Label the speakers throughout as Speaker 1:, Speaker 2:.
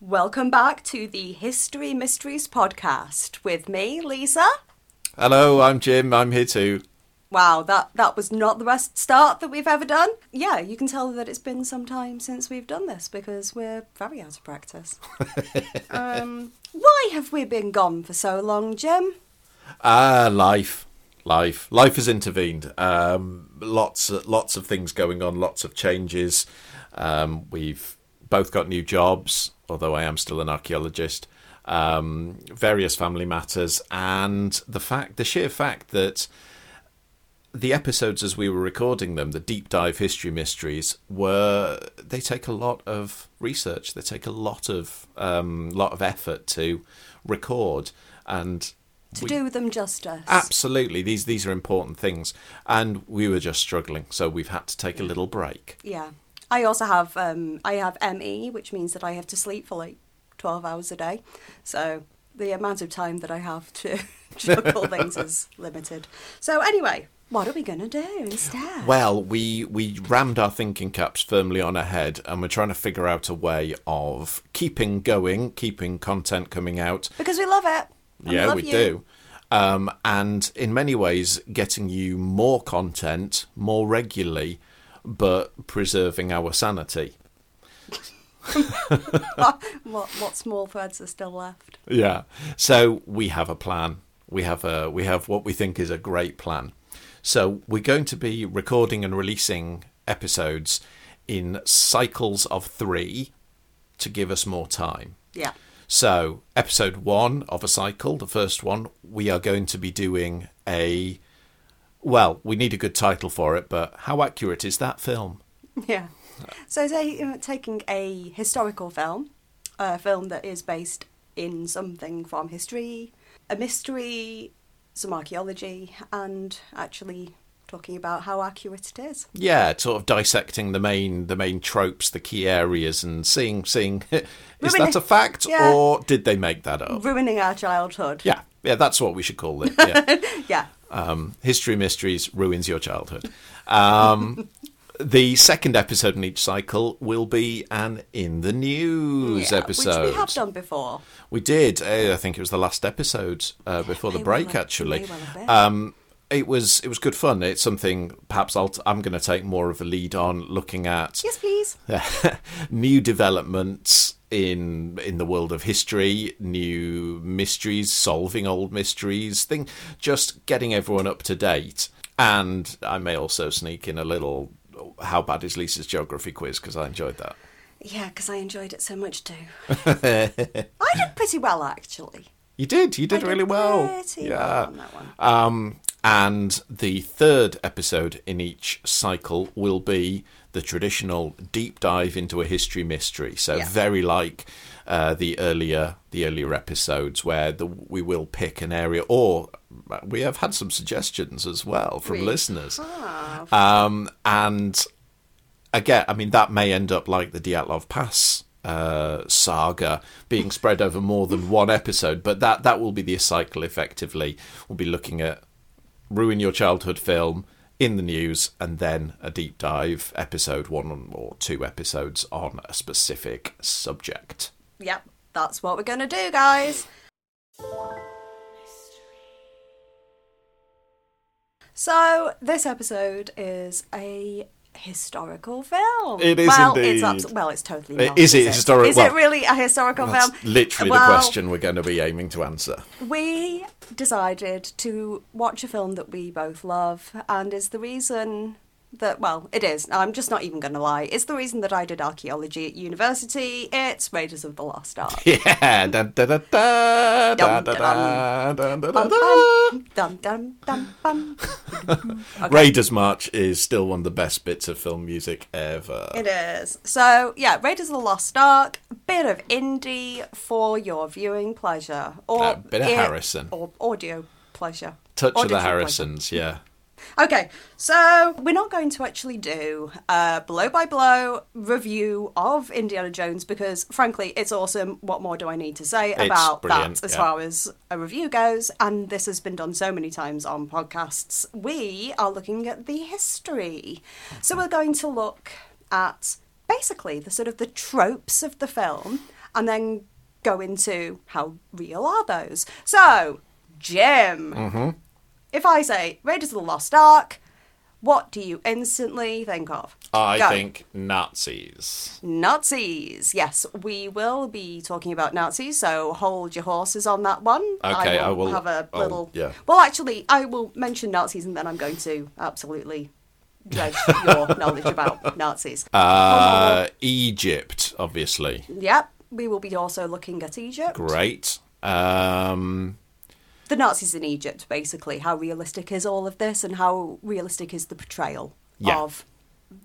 Speaker 1: Welcome back to the History Mysteries podcast with me, Lisa.
Speaker 2: Hello, I'm Jim. I'm here too.
Speaker 1: Wow, that, that was not the best start that we've ever done. Yeah, you can tell that it's been some time since we've done this because we're very out of practice. um, why have we been gone for so long, Jim?
Speaker 2: Ah, life, life, life has intervened. Um, lots, lots of things going on. Lots of changes. Um, we've both got new jobs, although I am still an archaeologist. Um, various family matters, and the fact, the sheer fact that the episodes as we were recording them, the deep dive history mysteries, were they take a lot of research, they take a lot of um, lot of effort to record, and
Speaker 1: To
Speaker 2: we-
Speaker 1: do them justice.
Speaker 2: absolutely these these are important things, and we were just struggling, so we've had to take a
Speaker 1: Mm.
Speaker 2: little break.
Speaker 1: yeah. I also have um, I have ME, which means that I have to sleep for like 12 hours a day. So the amount of time that I have to juggle things is limited. So anyway, what are we going to do instead?
Speaker 2: Well, we we rammed our thinking caps firmly on ahead, and we're trying to figure out a way of keeping going, keeping content coming out.
Speaker 1: Because we love it. And
Speaker 2: yeah,
Speaker 1: love
Speaker 2: we
Speaker 1: you.
Speaker 2: do. Um, and in many ways, getting you more content more regularly, but preserving our sanity.
Speaker 1: what, what, what small threads are still left?
Speaker 2: Yeah. So we have a plan. We have a we have what we think is a great plan. So we're going to be recording and releasing episodes in cycles of 3 to give us more time.
Speaker 1: Yeah.
Speaker 2: So, episode 1 of a cycle, the first one, we are going to be doing a well, we need a good title for it, but how accurate is that film?
Speaker 1: Yeah. So, ta- taking a historical film, a film that is based in something from history, a mystery, some archaeology, and actually talking about how accurate it is.
Speaker 2: Yeah, sort of dissecting the main the main tropes, the key areas, and seeing seeing is
Speaker 1: Ruin
Speaker 2: that
Speaker 1: it.
Speaker 2: a fact
Speaker 1: Yeah.
Speaker 2: or did they make that up?
Speaker 1: Ruining our childhood.
Speaker 2: Oh. Yeah, yeah, that's what we should call it. Yeah.
Speaker 1: Yeah.
Speaker 2: um, History mysteries ruins your childhood. Um, the second episode in each cycle will be an in the news
Speaker 1: Oh, Yeah,
Speaker 2: episode.
Speaker 1: Which we have done before.
Speaker 2: We did. Uh, I think it was the last episode uh, before the
Speaker 1: may
Speaker 2: break.
Speaker 1: well have-
Speaker 2: actually,
Speaker 1: may well have been.
Speaker 2: um, it was it was good fun. It's something perhaps I'll, t- I'm going to take more of a lead on looking at
Speaker 1: Yes, please.
Speaker 2: new developments in in the world of history, new mysteries, solving old mysteries, thing, just getting everyone up to date. And I may also sneak in a little. How bad is Lisa's geography quiz? Because I enjoyed that.
Speaker 1: Yeah, because I enjoyed it so much too. I did pretty well, actually.
Speaker 2: You did. You did
Speaker 1: I did
Speaker 2: really well.
Speaker 1: pretty well on that one.
Speaker 2: Um, and the third episode in each cycle will be the traditional deep dive into a history mystery. So
Speaker 1: Yeah.
Speaker 2: very like uh, the earlier the earlier episodes, where the, we will pick an area, or we have had some suggestions as well from
Speaker 1: We
Speaker 2: listeners.
Speaker 1: have.
Speaker 2: Um, and again, I mean, that may end up like the Dyatlov Pass uh, saga being spread over more than one episode, but that, that will be the cycle effectively. We'll be looking at Ruin Your Childhood film in the news and then a deep dive episode, one or two episodes on a specific subject.
Speaker 1: Yep, that's what we're going to do, guys. So, this episode is a historical film.
Speaker 2: It is
Speaker 1: well, It's
Speaker 2: indeed.
Speaker 1: abs- well, it's totally
Speaker 2: It-
Speaker 1: not.
Speaker 2: is it historic-
Speaker 1: Is it
Speaker 2: well,
Speaker 1: really a historical
Speaker 2: That's
Speaker 1: film?
Speaker 2: literally
Speaker 1: Well,
Speaker 2: the question we're going to be aiming to answer.
Speaker 1: We decided to watch a film that we both love and is the reason that well it is i'm just not even going to lie it's the reason that i did archaeology at university it's raiders of the lost ark
Speaker 2: Yeah. Dun, dun, dun, dun, dun, dun, dun, dun, dun, dun,
Speaker 1: Um,
Speaker 2: dun.
Speaker 1: Dum, dum, dum, bum.
Speaker 2: Raiders March is still one of the best bits of film music ever.
Speaker 1: It is. So, yeah, Raiders of the Lost Ark, bit of indie for your viewing pleasure. Or
Speaker 2: A bit of Harrison.
Speaker 1: Or audio pleasure.
Speaker 2: Touch
Speaker 1: Or
Speaker 2: of the
Speaker 1: digital
Speaker 2: Harrisons, yeah.
Speaker 1: pleasure. Okay, so we're not going to actually do a blow by blow review of Indiana Jones because, frankly, it's awesome. What more do I need to say about
Speaker 2: brilliant,
Speaker 1: that as
Speaker 2: yeah.
Speaker 1: far as a review goes? And this has been done so many times on podcasts. We are looking at the history. So we're going to look at basically the sort of the tropes of the film and then go into how real are those. So, Jim, if I say Raiders of the Lost Ark, what do you instantly think of?
Speaker 2: I
Speaker 1: Go.
Speaker 2: think Nazis.
Speaker 1: Nazis. Yes, we will be talking about Nazis, so hold your horses on that one.
Speaker 2: Okay, I will-
Speaker 1: have a
Speaker 2: I'll-
Speaker 1: little.
Speaker 2: yeah.
Speaker 1: Well, actually, I will mention Nazis, and then I'm going to absolutely dredge your knowledge about Nazis.
Speaker 2: Uh, Egypt, obviously.
Speaker 1: Yep. We will be also looking at Egypt.
Speaker 2: Great. Um,
Speaker 1: The Nazis in Egypt, basically. How realistic is all of this, and how realistic is the portrayal
Speaker 2: Yeah.
Speaker 1: of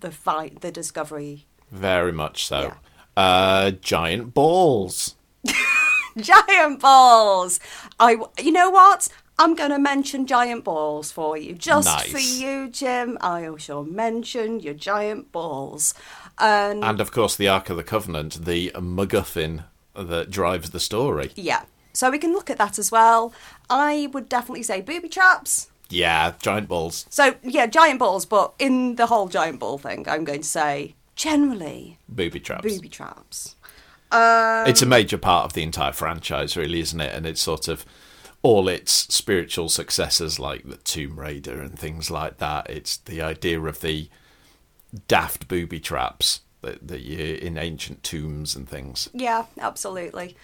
Speaker 1: the fight, the discovery?
Speaker 2: very much so. Uh, giant balls.
Speaker 1: Giant balls! I, you know what? I'm going to mention giant balls for you, just
Speaker 2: Nice.
Speaker 1: for you, Jim. I shall mention your giant balls. And
Speaker 2: And of course, the Ark of the Covenant, the MacGuffin that drives the story.
Speaker 1: yeah, so we can look at that as well. I would definitely say booby traps.
Speaker 2: Yeah, giant balls.
Speaker 1: So yeah, giant balls, but in the whole giant ball thing, I'm going to say generally
Speaker 2: Booby traps.
Speaker 1: booby traps. Uh,
Speaker 2: it's a major part of the entire franchise, really, isn't it? And it's sort of all its spiritual successors, like the Tomb Raider and things like that. It's the idea of the daft booby traps that, that you hear in ancient tombs and things.
Speaker 1: yeah, absolutely.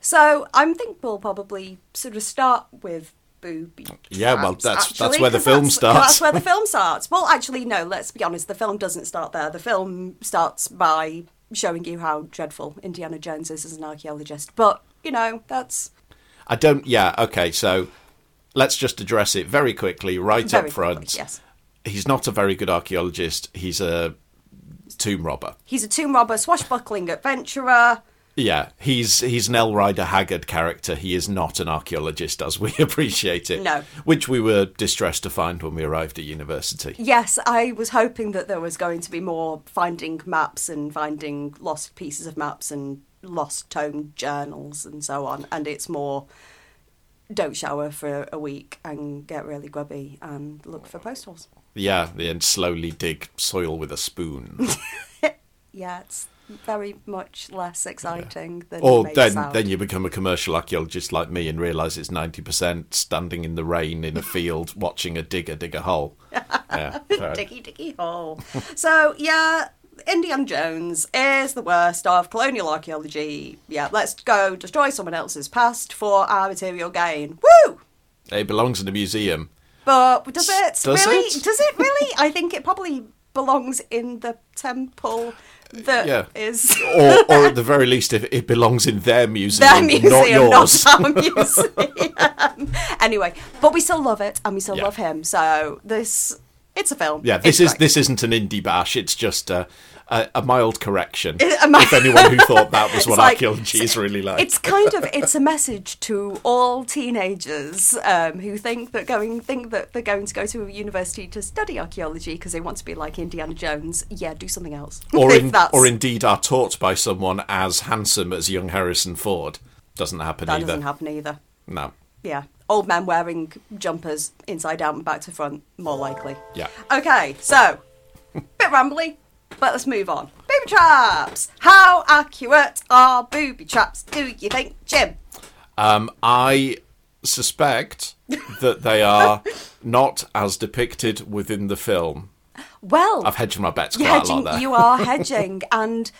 Speaker 1: So I think we'll probably sort of start with booby.
Speaker 2: Yeah, well,
Speaker 1: traps,
Speaker 2: that's- that's
Speaker 1: actually,
Speaker 2: where the
Speaker 1: 'cause
Speaker 2: film
Speaker 1: that's-
Speaker 2: starts.
Speaker 1: That's where the film starts. Well, actually, no. Let's be honest. The film doesn't start there. The film starts by showing you how dreadful Indiana Jones is as an archaeologist. But you know, that's
Speaker 2: I don't. Yeah. Okay. So let's just address it very quickly, right
Speaker 1: Very
Speaker 2: up front.
Speaker 1: quickly, yes.
Speaker 2: He's not a very good archaeologist. He's a tomb robber.
Speaker 1: he's a tomb robber, swashbuckling adventurer.
Speaker 2: Yeah, he's he's an L. Rider Haggard character. He is not an archaeologist, as we appreciate it.
Speaker 1: No.
Speaker 2: which we were distressed to find when we arrived at university.
Speaker 1: Yes, I was hoping that there was going to be more finding maps and finding lost pieces of maps and lost tome journals and so on. And it's more don't shower for a week and get really grubby and look for postholes.
Speaker 2: Yeah, and slowly dig soil with a spoon.
Speaker 1: Yeah, it's very much less exciting than it
Speaker 2: or
Speaker 1: may
Speaker 2: then
Speaker 1: sound.
Speaker 2: then you become a commercial archaeologist like me and realise it's ninety percent standing in the rain in a field watching a digger dig a hole. Yeah, fair.
Speaker 1: Diggy diggy hole. so yeah, Indiana Jones is the worst of colonial archaeology. Yeah, let's go destroy someone else's past for our material gain. Woo!
Speaker 2: It belongs in a museum.
Speaker 1: But does it
Speaker 2: Does
Speaker 1: really?
Speaker 2: it?
Speaker 1: Does it really? I think it probably belongs in the temple
Speaker 2: Yeah.
Speaker 1: that is
Speaker 2: Or, or at the very least, if it belongs in their museum,
Speaker 1: their museum,
Speaker 2: not yours.
Speaker 1: our museum. anyway, but we still love it and we still
Speaker 2: Yeah.
Speaker 1: love him. So this, it's a film.
Speaker 2: Yeah, this
Speaker 1: It's
Speaker 2: is
Speaker 1: great.
Speaker 2: this isn't an indie bash. It's just a, a, a mild correction.
Speaker 1: a mi-
Speaker 2: if anyone who thought that was
Speaker 1: It's
Speaker 2: what
Speaker 1: like-
Speaker 2: archaeology is really like,
Speaker 1: It's kind of it's a message to all teenagers um, who think that going think that they're going to go to a university to study archaeology because they want to be like Indiana Jones. Yeah, do something else.
Speaker 2: or
Speaker 1: If
Speaker 2: in,
Speaker 1: that's-
Speaker 2: or indeed are taught by someone as handsome as young Harrison Ford. Doesn't happen
Speaker 1: that
Speaker 2: either.
Speaker 1: doesn't happen either.
Speaker 2: No.
Speaker 1: Yeah, old men wearing jumpers inside out and back to front, more likely.
Speaker 2: Yeah.
Speaker 1: Okay, so bit rambly, but let's move on. Booby traps. How accurate are booby traps? Do you think, Jim?
Speaker 2: Um, I suspect that they are not as depicted within the film.
Speaker 1: Well,
Speaker 2: I've hedged my bets quite
Speaker 1: You're
Speaker 2: a lot
Speaker 1: hedging,
Speaker 2: there.
Speaker 1: you are hedging, and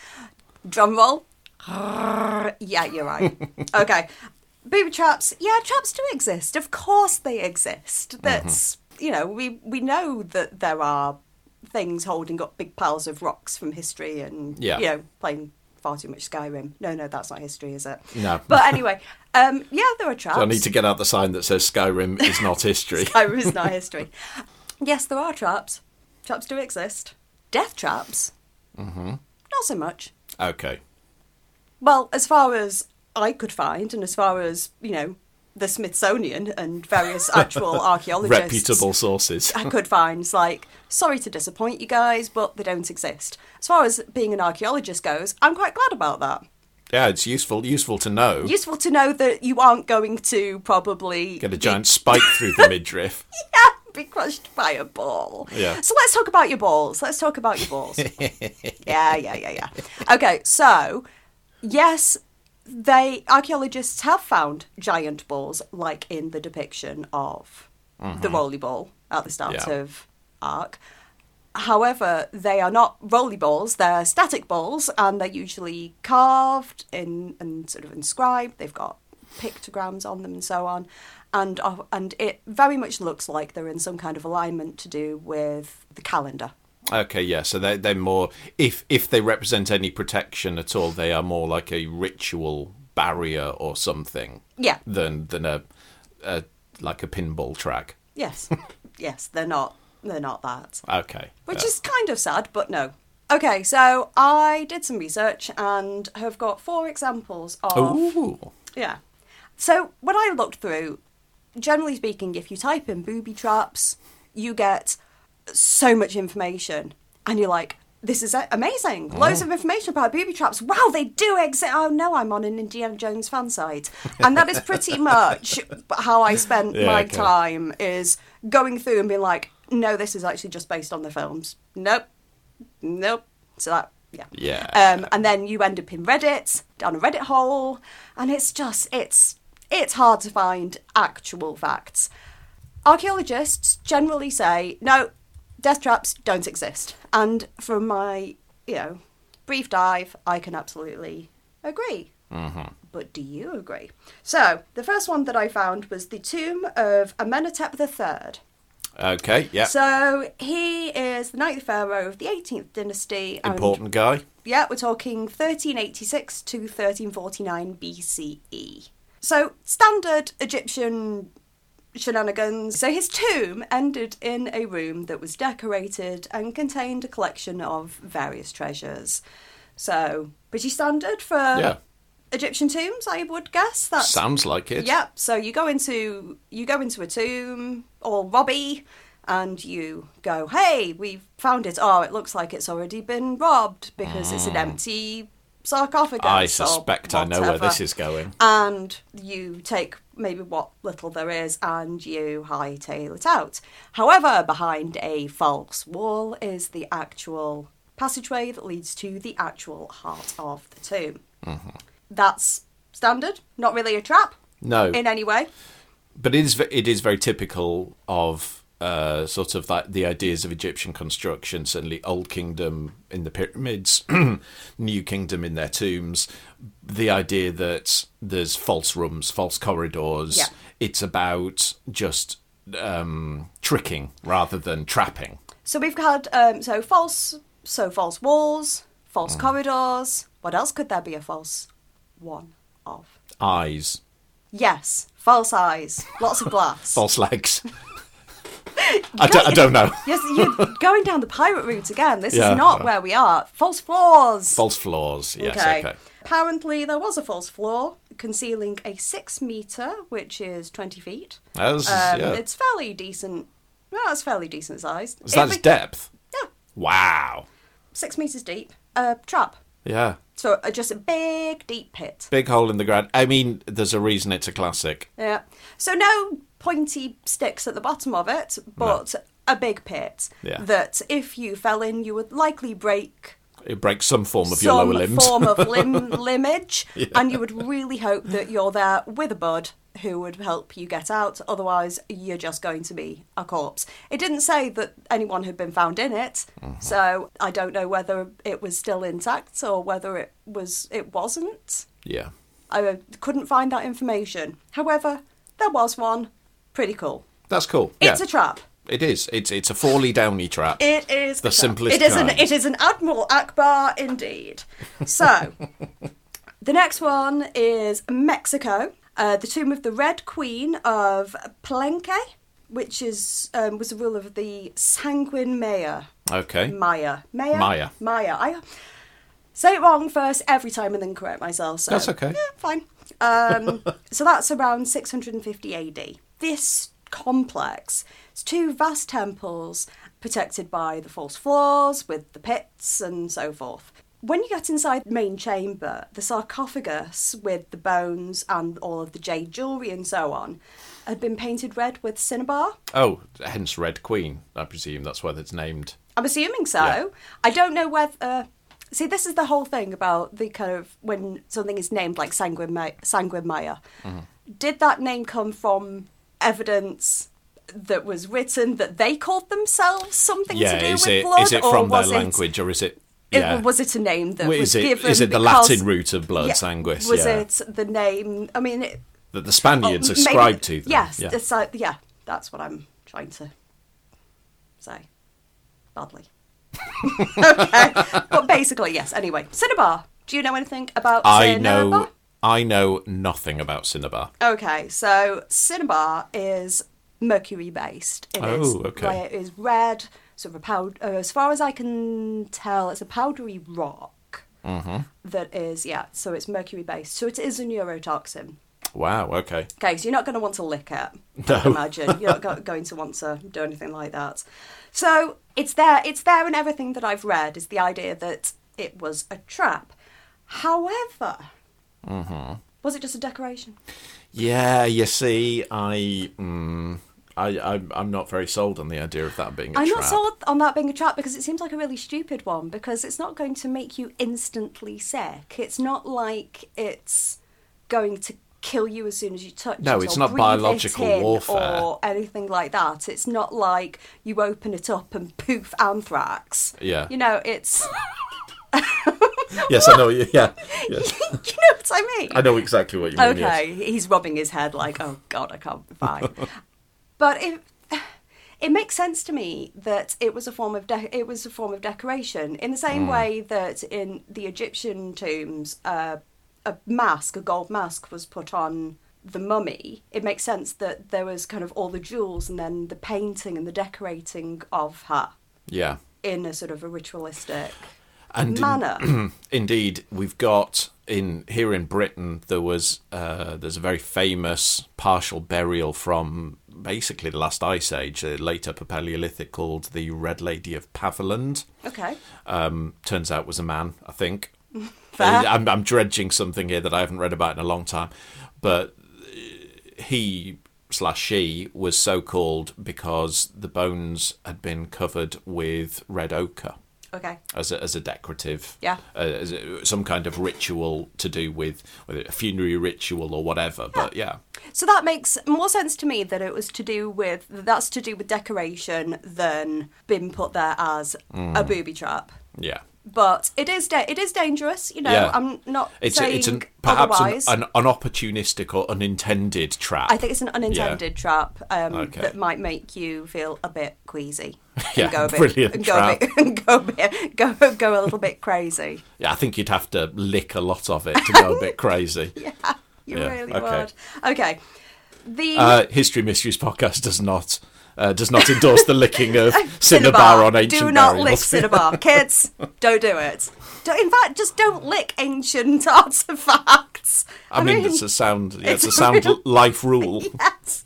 Speaker 1: drum roll. Yeah, you're right. Okay, booby traps. Yeah, traps do exist.
Speaker 2: Mm-hmm.
Speaker 1: Of course, they exist. That's you know we we know that there are things holding up big piles of rocks from history and
Speaker 2: Yeah.
Speaker 1: you know playing far too much Skyrim. No, no, that's not history, is it?
Speaker 2: No.
Speaker 1: But anyway, um, yeah, there are traps.
Speaker 2: So I need to get out the sign that says Skyrim is not history.
Speaker 1: Skyrim is not history. Yes, there are traps. Traps do exist. Death traps. Mm-hmm. Not so much.
Speaker 2: okay.
Speaker 1: Well, as far as I could find, and as far as you know, the Smithsonian and various actual archaeologists
Speaker 2: Reputable sources.
Speaker 1: I could find is like, sorry to disappoint you guys, but they don't exist. As far as being an archaeologist goes, I'm quite glad about that.
Speaker 2: Yeah, it's useful useful to know.
Speaker 1: Useful to know that you aren't going to probably
Speaker 2: Get a giant spike through the midriff.
Speaker 1: be crushed by a ball.
Speaker 2: Yeah.
Speaker 1: So let's talk about your balls. Let's talk about your balls. yeah, yeah, yeah, yeah. Okay, so yes, they archaeologists have found giant balls like in the depiction of the rolly ball at the start
Speaker 2: Yeah.
Speaker 1: of Ark. However, they are not rolly balls, they're static balls and they're usually carved in and sort of inscribed. They've got pictograms on them and so on. And uh, and it very much looks like they're in some kind of alignment to do with the calendar.
Speaker 2: Okay, yeah. So they they're more if if they represent any protection at all, they are more like a ritual barrier or something
Speaker 1: Yeah.
Speaker 2: than than a, a like a pinball track.
Speaker 1: Yes. yes, they're not they're not that.
Speaker 2: Okay.
Speaker 1: Which
Speaker 2: yeah.
Speaker 1: is kind of sad, but no. Okay, so I did some research and have got four examples of
Speaker 2: Ooh.
Speaker 1: Yeah. So when I looked through, generally speaking, if you type in booby traps, you get so much information, and you're like, "This is a- amazing!
Speaker 2: Uh-huh.
Speaker 1: Loads of information about booby traps. Wow, they do exist. Oh no, I'm on an Indiana Jones fan site, and that is pretty much how I spent
Speaker 2: Yeah,
Speaker 1: my
Speaker 2: okay.
Speaker 1: time is going through and being like, "No, this is actually just based on the films. Nope, nope." So that yeah.
Speaker 2: Yeah.
Speaker 1: Um, and then you end up in Reddit, down a Reddit hole, and it's just it's it's hard to find actual facts. Archaeologists generally say no, death traps don't exist, and from my you know brief dive, I can absolutely agree. But do you agree? So the first one that I found was the tomb of Amenhotep III.
Speaker 2: Okay. Yeah.
Speaker 1: So he is the ninth pharaoh of the 18th dynasty. and
Speaker 2: Important guy.
Speaker 1: yeah, we're talking 1386 to 1349 BCE. E. So, standard Egyptian shenanigans. So, his tomb ended in a room that was decorated and contained a collection of various treasures. So, pretty standard for
Speaker 2: Yeah.
Speaker 1: Egyptian tombs, I would guess. That's
Speaker 2: Sounds like it.
Speaker 1: Yep. So you go into you go into a tomb or Robbie, and you go, "Hey, we found it. Oh, it looks like it's already been robbed because it's an empty sarcophagus."
Speaker 2: Ah. I
Speaker 1: or
Speaker 2: suspect I know where
Speaker 1: whatever."
Speaker 2: this is going.
Speaker 1: And you take maybe what little there is and you hightail it out. However, behind a false wall is the actual passageway that leads to the actual heart of the tomb. That's standard. Not really a trap
Speaker 2: No.
Speaker 1: in any way.
Speaker 2: but it is ve- it is very typical of uh, sort of that the ideas of Egyptian construction, certainly Old Kingdom in the pyramids, New Kingdom in their tombs, the idea that there's false rooms, false corridors.
Speaker 1: Yeah.
Speaker 2: It's about just um, tricking rather than trapping.
Speaker 1: So we've had um, so false, so false walls, false corridors. What else could there be a false one of?
Speaker 2: Eyes,
Speaker 1: Yes, false eyes, lots of glass.
Speaker 2: false legs. I, don't, I don't know.
Speaker 1: Yes, you're going down the pirate route again. This
Speaker 2: Yeah.
Speaker 1: is not where we are. False floors.
Speaker 2: False floors. Yes. okay.
Speaker 1: Apparently, there was a false floor concealing a six meter, which is twenty feet.
Speaker 2: That's,
Speaker 1: Um,
Speaker 2: yeah.
Speaker 1: It's fairly decent. Well, it's fairly decent sized.
Speaker 2: So that's depth.
Speaker 1: yeah,
Speaker 2: Wow.
Speaker 1: six meters deep. A trap.
Speaker 2: Yeah.
Speaker 1: So uh, just a big deep pit.
Speaker 2: Big hole in the ground. I mean, there's a reason it's a classic.
Speaker 1: Yeah. So no pointy sticks at the bottom of it, but a big pit
Speaker 2: Yeah.
Speaker 1: that if you fell in, you would likely break
Speaker 2: It breaks some form of your
Speaker 1: some
Speaker 2: lower limbs.
Speaker 1: form of limb limbage, and you would really hope that you're there with a bud who would help you get out. Otherwise, you're just going to be a corpse. It didn't say that anyone had been found in it,
Speaker 2: Mm-hmm.
Speaker 1: so I don't know whether it was still intact or whether it was it wasn't.
Speaker 2: Yeah.
Speaker 1: I uh, couldn't find that information. However, there was one. Pretty cool.
Speaker 2: That's cool.
Speaker 1: It's
Speaker 2: yeah.
Speaker 1: a trap.
Speaker 2: It is. It's it's a Forley Downey trap.
Speaker 1: It is
Speaker 2: The
Speaker 1: crap.
Speaker 2: simplest
Speaker 1: It is an
Speaker 2: kind.
Speaker 1: it is an Admiral Akbar indeed. So, the next one is Mexico, uh, the tomb of the Red Queen of Palenque, which is um, was the ruler of the Sanguine Maya.
Speaker 2: Okay.
Speaker 1: Maya. Maya.
Speaker 2: Maya.
Speaker 1: Maya. I say it wrong first every time and then correct myself. So.
Speaker 2: That's okay.
Speaker 1: Yeah, fine. Um, so that's around 650 AD. This complex it's two vast temples protected by the false floors with the pits and so forth. When you get inside the main chamber, the sarcophagus with the bones and all of the jade jewellery and so on had been painted red with cinnabar.
Speaker 2: Oh, hence Red Queen. I presume that's why it's named.
Speaker 1: I'm assuming so.
Speaker 2: Yeah.
Speaker 1: I don't know whether. see, this is the whole thing about the kind of when something is named like Sanguine, Ma- Sanguine Maya.
Speaker 2: Mm-hmm.
Speaker 1: Did that name come from evidence that was written that they called themselves something
Speaker 2: Yeah.
Speaker 1: to do
Speaker 2: Is
Speaker 1: with
Speaker 2: it
Speaker 1: blood?
Speaker 2: is it
Speaker 1: or
Speaker 2: from their
Speaker 1: was it-
Speaker 2: language or is it?
Speaker 1: it-
Speaker 2: Yeah.
Speaker 1: was it a name that
Speaker 2: Well,
Speaker 1: was
Speaker 2: is it-
Speaker 1: given?
Speaker 2: is it the
Speaker 1: because-
Speaker 2: Latin root of blood,
Speaker 1: Yeah.
Speaker 2: sanguis?
Speaker 1: Was
Speaker 2: Yeah.
Speaker 1: it the name? I mean, it,
Speaker 2: that the Spaniards
Speaker 1: Oh, maybe-
Speaker 2: ascribed to them.
Speaker 1: Yes,
Speaker 2: Yeah.
Speaker 1: it's like- yeah, that's what I'm trying to say badly. okay, but basically, yes. Anyway, cinnabar. Do you know anything about
Speaker 2: I
Speaker 1: cinnabar?
Speaker 2: know. I know nothing about cinnabar.
Speaker 1: Okay, so cinnabar is mercury based. It is
Speaker 2: Oh, okay.
Speaker 1: like, It is red, sort of a powder. as far as I can tell, it's a powdery rock
Speaker 2: Mm-hmm.
Speaker 1: that is yeah. So it's mercury based. So it is a neurotoxin.
Speaker 2: Wow. Okay.
Speaker 1: Okay, so you're not going to want to lick it. I
Speaker 2: No.
Speaker 1: can imagine you're not go- going to want to do anything like that. So it's there. It's there in everything that I've read. Is the idea that it was a trap. However, was it just a decoration?
Speaker 2: Yeah. You see, I. Mm, I, I'm, I'm not very sold on the idea of that being a
Speaker 1: I'm
Speaker 2: trap.
Speaker 1: not sold on that being a trap because it seems like a really stupid one because it's not going to make you instantly sick. It's not like it's going to kill you as soon as you touch
Speaker 2: No,
Speaker 1: it
Speaker 2: it's
Speaker 1: or
Speaker 2: not
Speaker 1: breathe
Speaker 2: biological
Speaker 1: it in
Speaker 2: warfare.
Speaker 1: or anything like that. It's not like you open it up and poof anthrax.
Speaker 2: Yeah.
Speaker 1: You know, it's
Speaker 2: Yes, I know. Yeah, yes.
Speaker 1: you know what I mean?
Speaker 2: I know exactly what you mean. yes.
Speaker 1: Okay, he's rubbing his head like, oh god, I can't be fine. but it it makes sense to me that it was a form of de- it was a form of decoration in the same
Speaker 2: Hmm.
Speaker 1: way that in the Egyptian tombs, uh, a mask, a gold mask, was put on the mummy. It makes sense that there was kind of all the jewels and then the painting and the decorating of her
Speaker 2: Yeah,
Speaker 1: in a sort of a ritualistic
Speaker 2: and in-
Speaker 1: manner.
Speaker 2: indeed, we've got in here in Britain. There was uh, there's a very famous partial burial from basically the last ice age, uh, late upper Paleolithic, called the Red Lady of Paviland.
Speaker 1: okay.
Speaker 2: Um, turns out was a man, I think.
Speaker 1: Fair.
Speaker 2: I'm, I'm dredging something here that I haven't read about in a long time, but uh, he slash she was so called because the bones had been covered with red ochre
Speaker 1: Okay.
Speaker 2: as a, as a decorative,
Speaker 1: Yeah.
Speaker 2: uh, as a, some kind of ritual to do with whether a funerary ritual or whatever. But yeah,
Speaker 1: So that makes more sense to me that it was to do with that's to do with decoration than being put there as
Speaker 2: Mm.
Speaker 1: a booby trap.
Speaker 2: yeah,
Speaker 1: But it is da- it is dangerous, you know.
Speaker 2: Yeah.
Speaker 1: I'm not
Speaker 2: it's
Speaker 1: saying
Speaker 2: it's an, perhaps an,
Speaker 1: otherwise.
Speaker 2: an, an opportunistic or unintended trap.
Speaker 1: I think it's an unintended trap um,
Speaker 2: Okay.
Speaker 1: that might make you feel a bit queasy. and
Speaker 2: Yeah,
Speaker 1: go a bit,
Speaker 2: brilliant
Speaker 1: and go a bit, and go a bit, go go a little bit crazy.
Speaker 2: yeah, I think you'd have to lick a lot of it to go a bit crazy.
Speaker 1: Yeah, you
Speaker 2: Yeah,
Speaker 1: really
Speaker 2: okay.
Speaker 1: would. Okay, the
Speaker 2: Uh, History Mysteries podcast does not uh, does not endorse the licking of cinnabar, on ancient
Speaker 1: Do not lick
Speaker 2: burials.
Speaker 1: cinnabar, kids. Don't do it. Don't, in fact, just don't lick ancient artifacts.
Speaker 2: I, mean, it's a sound. Yeah, it's,
Speaker 1: it's
Speaker 2: a sound
Speaker 1: really-
Speaker 2: life rule.
Speaker 1: yes.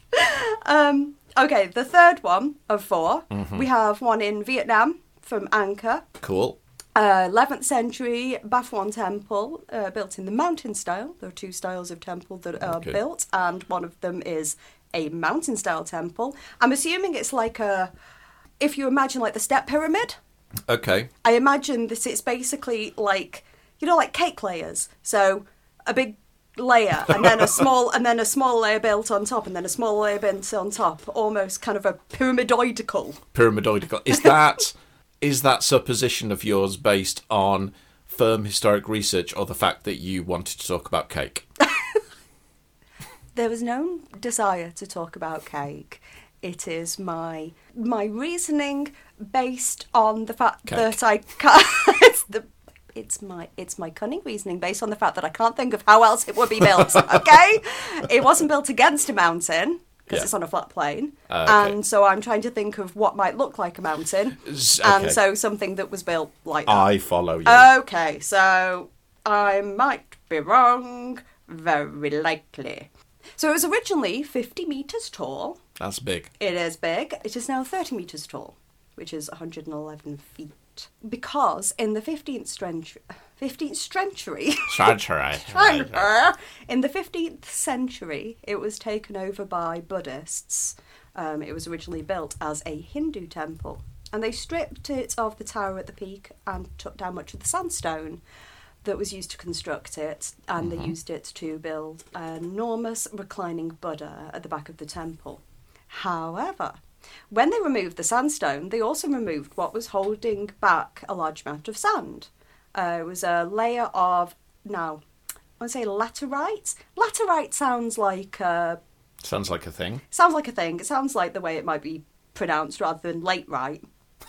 Speaker 1: Um, okay, the third one of 4
Speaker 2: Mm-hmm.
Speaker 1: We have one in Vietnam from Angkor,
Speaker 2: Cool.
Speaker 1: uh, 11th century Baphuan temple uh, built in the mountain style. There are two styles of temple that are
Speaker 2: Okay.
Speaker 1: built, and one of them is a mountain style temple. I'm assuming it's like a, if you imagine like the step pyramid.
Speaker 2: Okay.
Speaker 1: I imagine that it's basically like you know, like cake layers. So a big layer, and then a small, and then a small layer built on top, and then a small layer built on top, almost kind of a pyramidoidical.
Speaker 2: Pyramidoidical. Is that is that supposition of yours based on firm historic research or the fact that you wanted to talk about cake?
Speaker 1: There was no desire to talk about cake. It is my my reasoning based on the fact
Speaker 2: Cake.
Speaker 1: that I can't. it's, the, it's my it's my cunning reasoning based on the fact that I can't think of how else it would be built. Okay, it wasn't built against a mountain because
Speaker 2: Yeah.
Speaker 1: it's on a flat plane,
Speaker 2: Ah, okay.
Speaker 1: and so I'm trying to think of what might look like a mountain,
Speaker 2: S- okay.
Speaker 1: and so something that was built like that.
Speaker 2: I follow you.
Speaker 1: Uh, Okay, so I might be wrong, very likely. So it was originally 50 metres tall.
Speaker 2: That's big.
Speaker 1: It is big. It is now 30 metres tall, which is 111 feet. Because in the 15th century, 15th century, in the 15th century, it was taken over by Buddhists. Um, it was originally built as a Hindu temple, and they stripped it of the tower at the peak and took down much of the sandstone that was used to construct it, and they used it to build an enormous reclining Buddha at the back of the temple. However, when they removed the sandstone, they also removed what was holding back a large amount of sand. Uh, it was a layer of now I would say laterite. Laterite sounds like uh,
Speaker 2: Sounds like a thing.
Speaker 1: sounds like a thing. It sounds like the way it might be pronounced rather than late right.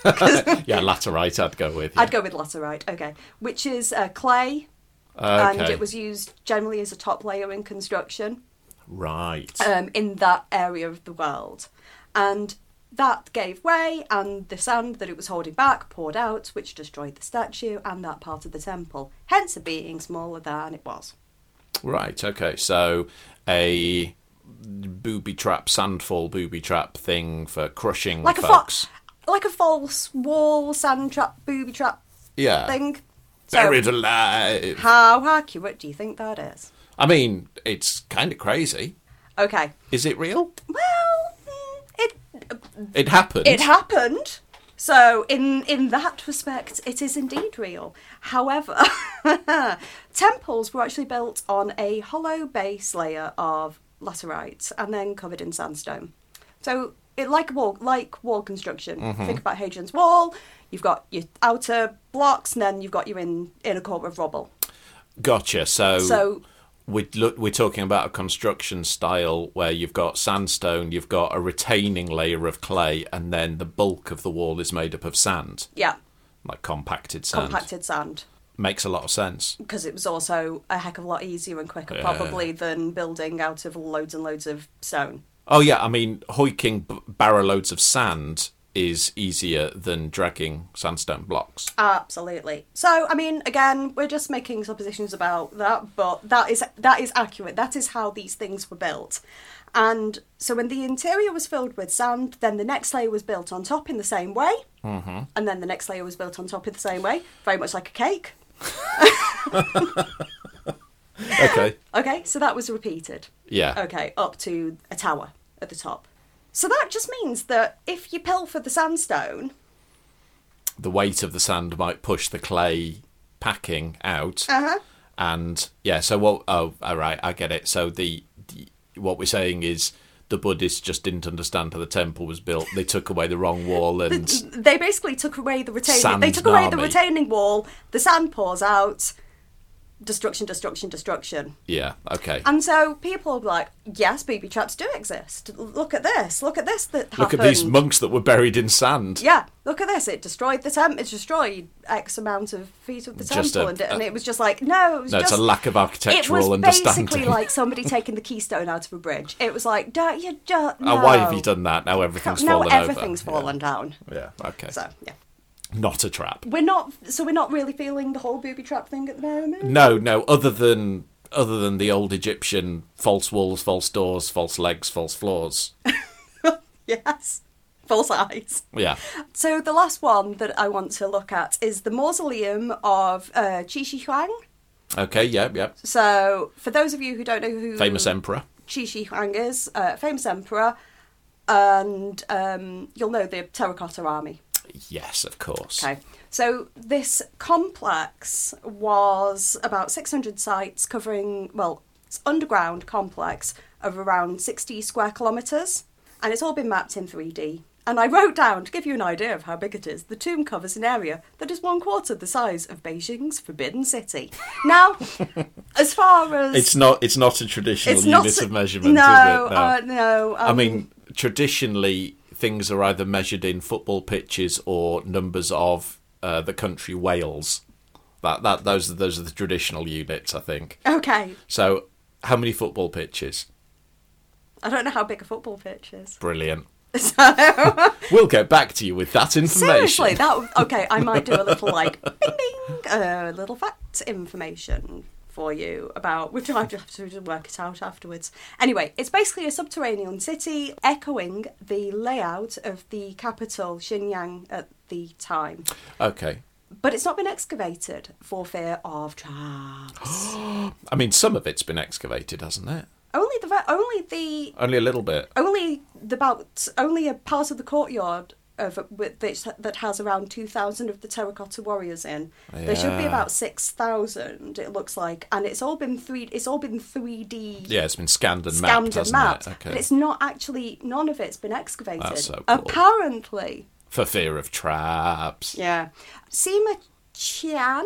Speaker 2: Yeah, laterite. I'd go with.
Speaker 1: I'd go with laterite. Okay, which is uh, clay,
Speaker 2: yeah.
Speaker 1: and
Speaker 2: Okay.
Speaker 1: it was used generally as a top layer in construction
Speaker 2: right.
Speaker 1: um, in that area of the world, and that gave way, and the sand that it was holding back poured out, which destroyed the statue and that part of the temple. Hence, it being smaller than it was.
Speaker 2: Right. Okay. So a booby trap, sandfall booby trap thing for crushing
Speaker 1: like a
Speaker 2: folks.
Speaker 1: fox, like a false wall sand trap, booby trap
Speaker 2: yeah.
Speaker 1: thing. So,
Speaker 2: Buried alive.
Speaker 1: how accurate do you think that is?
Speaker 2: I mean, it's kind of crazy.
Speaker 1: Okay,
Speaker 2: Is it real?
Speaker 1: well, mm, it
Speaker 2: It happened.
Speaker 1: it happened. So in in that respect, it is indeed real. However, temples were actually built on a hollow base layer of laterite and then covered in sandstone. So it like a wall like wall construction. Think about Hadrian's Wall. You've got your outer blocks, and then you've got your in inner core of rubble.
Speaker 2: Gotcha. So,
Speaker 1: So-
Speaker 2: we look, we're talking about a construction style where you've got sandstone, you've got a retaining layer of clay, and then the bulk of the wall is made up of sand,
Speaker 1: Yeah,
Speaker 2: like compacted sand.
Speaker 1: compacted sand.
Speaker 2: Makes a lot of sense.
Speaker 1: because it was also a heck of a lot easier and quicker, probably, than building out of loads and loads of stone.
Speaker 2: Oh yeah, I mean, hoiking b- barrow loads of sand is easier than dragging sandstone blocks.
Speaker 1: Absolutely. So, I mean, again, we're just making suppositions about that, but that is that is accurate. That is how these things were built. And so, when the interior was filled with sand, then the next layer was built on top in the same way, mm-hmm. and then the next layer was built on top in the same way, very much like a cake.
Speaker 2: Okay.
Speaker 1: Okay, so that was repeated.
Speaker 2: Yeah.
Speaker 1: Okay, up to a tower at the top. So that just means that if you pilfer the sandstone,
Speaker 2: The weight of the sand might push the clay packing out.
Speaker 1: Uh-huh.
Speaker 2: And yeah, so what? Oh, all right, I get it. So the, the what we're saying is the Buddhists just didn't understand how the temple was built. They took away the wrong wall, and
Speaker 1: they basically took away the retaining. they took away the
Speaker 2: Sandnami.
Speaker 1: retaining wall. The sand pours out. Destruction, destruction, destruction.
Speaker 2: yeah, okay.
Speaker 1: And so people are like, "Yes, booby traps do exist. L- Look at this. Look at this that
Speaker 2: Look
Speaker 1: happened.
Speaker 2: at these monks that were buried in sand.
Speaker 1: yeah, look at this. It destroyed the temple. It destroyed X amount of feet of the
Speaker 2: Just
Speaker 1: temple,
Speaker 2: a-
Speaker 1: and, it- and it was just like, no, it was
Speaker 2: No,
Speaker 1: just
Speaker 2: it's a lack of architectural
Speaker 1: It was basically
Speaker 2: understanding.
Speaker 1: like somebody taking the keystone out of a bridge. It was like, don't you just no.
Speaker 2: Oh, why have you done that? Now everything's
Speaker 1: Now
Speaker 2: fallen
Speaker 1: everything's
Speaker 2: over. Yeah.
Speaker 1: fallen down.
Speaker 2: Yeah. Okay.
Speaker 1: So yeah,
Speaker 2: Not a trap.
Speaker 1: we're not. So we're not really feeling the whole booby trap thing at the moment.
Speaker 2: No, no. Other than other than the old Egyptian false walls, false doors, false legs, false floors.
Speaker 1: Yes, false eyes.
Speaker 2: Yeah.
Speaker 1: So the last one that I want to look at is the mausoleum of uh, Qi Shi Huang.
Speaker 2: Okay. Yeah. Yeah.
Speaker 1: So for those of you who don't know who
Speaker 2: Famous emperor.
Speaker 1: Qi Shi Huang is, uh, famous emperor, and um, you'll know the Terracotta Army.
Speaker 2: Yes, of course.
Speaker 1: Okay. So this complex was about 600 sites covering, well, it's underground complex of around 60 square kilometres, and it's all been mapped in 3D. And I wrote down, to give you an idea of how big it is, the tomb covers an area that is one quarter the size of Beijing's Forbidden City. Now, as far as.
Speaker 2: It's not. It's not a traditional
Speaker 1: it's
Speaker 2: unit
Speaker 1: s-
Speaker 2: of measurement,
Speaker 1: no,
Speaker 2: is it? No.
Speaker 1: Uh, no.
Speaker 2: I
Speaker 1: um,
Speaker 2: mean, traditionally things are either measured in football pitches or numbers of uh, the country Wales. That that those are those are the traditional units, I think.
Speaker 1: Okay.
Speaker 2: So, how many football pitches?
Speaker 1: I don't know how big a football pitch is.
Speaker 2: Brilliant.
Speaker 1: So
Speaker 2: We'll get back to you with that information.
Speaker 1: seriously, that w- okay. I might do a little like bing bing, a little fact information for you about. We've I have to work it out afterwards. Anyway, it's basically a subterranean city echoing the layout of the capital Xinjiang at the time,
Speaker 2: Okay.
Speaker 1: but it's not been excavated for fear of traps.
Speaker 2: I mean, some of it's been excavated, hasn't it?
Speaker 1: only the ve- only the
Speaker 2: Only a little bit.
Speaker 1: only the about only a part of the courtyard of with- which that has around two thousand of the terracotta warriors in. There should be
Speaker 2: Yeah.
Speaker 1: about six thousand. It looks like, and it's all been three. It's all been three D.
Speaker 2: Yeah, it's been scanned and
Speaker 1: Scammed
Speaker 2: mapped,
Speaker 1: and
Speaker 2: hasn't
Speaker 1: mapped,
Speaker 2: it? Okay.
Speaker 1: but it's not actually. None of it's been excavated.
Speaker 2: That's so cool.
Speaker 1: Apparently,
Speaker 2: For fear of traps.
Speaker 1: yeah. Sima Qian,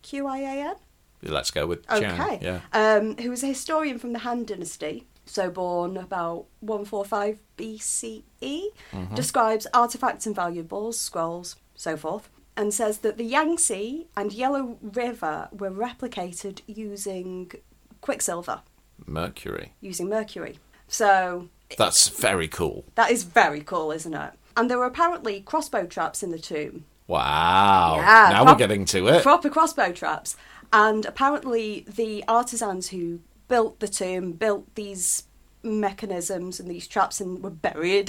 Speaker 1: Q I A N.
Speaker 2: Let's go with
Speaker 1: Okay.
Speaker 2: Chang. Yeah.
Speaker 1: Um, who was a historian from the Han Dynasty, so born about 145 BCE, E, describes artifacts and valuables, scrolls, so forth, and says that the Yangtze and Yellow River were replicated using quicksilver,
Speaker 2: Mercury.
Speaker 1: using mercury. So
Speaker 2: That's very cool.
Speaker 1: that is very cool, isn't it? And there were apparently crossbow traps in the tomb.
Speaker 2: Wow.
Speaker 1: Yeah,
Speaker 2: Oh, now
Speaker 1: prop-
Speaker 2: we're getting to it.
Speaker 1: proper crossbow traps. And apparently, the artisans who built the tomb built these mechanisms and these traps and were buried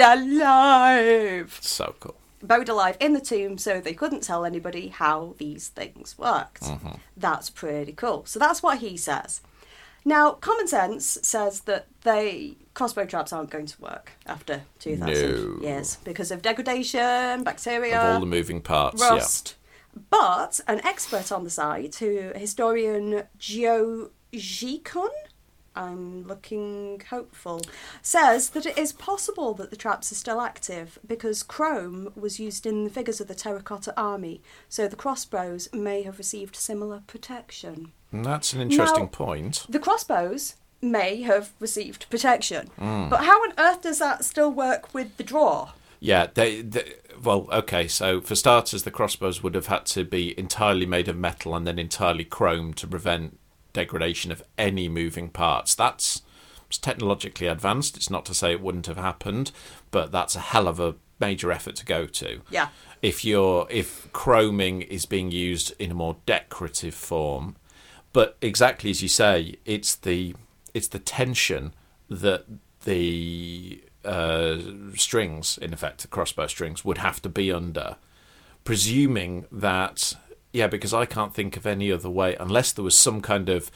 Speaker 1: alive.
Speaker 2: so cool.
Speaker 1: Buried alive in the tomb so they couldn't tell anybody how these things worked.
Speaker 2: Mm-hmm.
Speaker 1: That's pretty cool. So, that's what he says. Now, common sense says that they crossbow traps aren't going to work after 2000
Speaker 2: No.
Speaker 1: years because of degradation, bacteria,
Speaker 2: Of all the moving parts.
Speaker 1: Rust. But an expert on the site, who historian Joe Gicon, I'm looking hopeful, says that it is possible that the traps are still active because chrome was used in the figures of the terracotta army, so the crossbows may have received similar protection.
Speaker 2: Yeah. That's an interesting
Speaker 1: Now-
Speaker 2: point.
Speaker 1: The crossbows may have received protection, but how on earth does that still work with the draw?
Speaker 2: Yeah, they, they well, okay, so for starters the crossbows would have had to be entirely made of metal and then entirely chrome to prevent degradation of any moving parts. That's it's technologically advanced. It's not to say it wouldn't have happened, but that's a hell of a major effort to go to.
Speaker 1: Yeah.
Speaker 2: If you're if chroming is being used in a more decorative form, but exactly as you say, it's the it's the tension that the uh, strings, in effect, the crossbow strings, would have to be under, presuming that yeah, because I can't think of any other way unless there was some kind of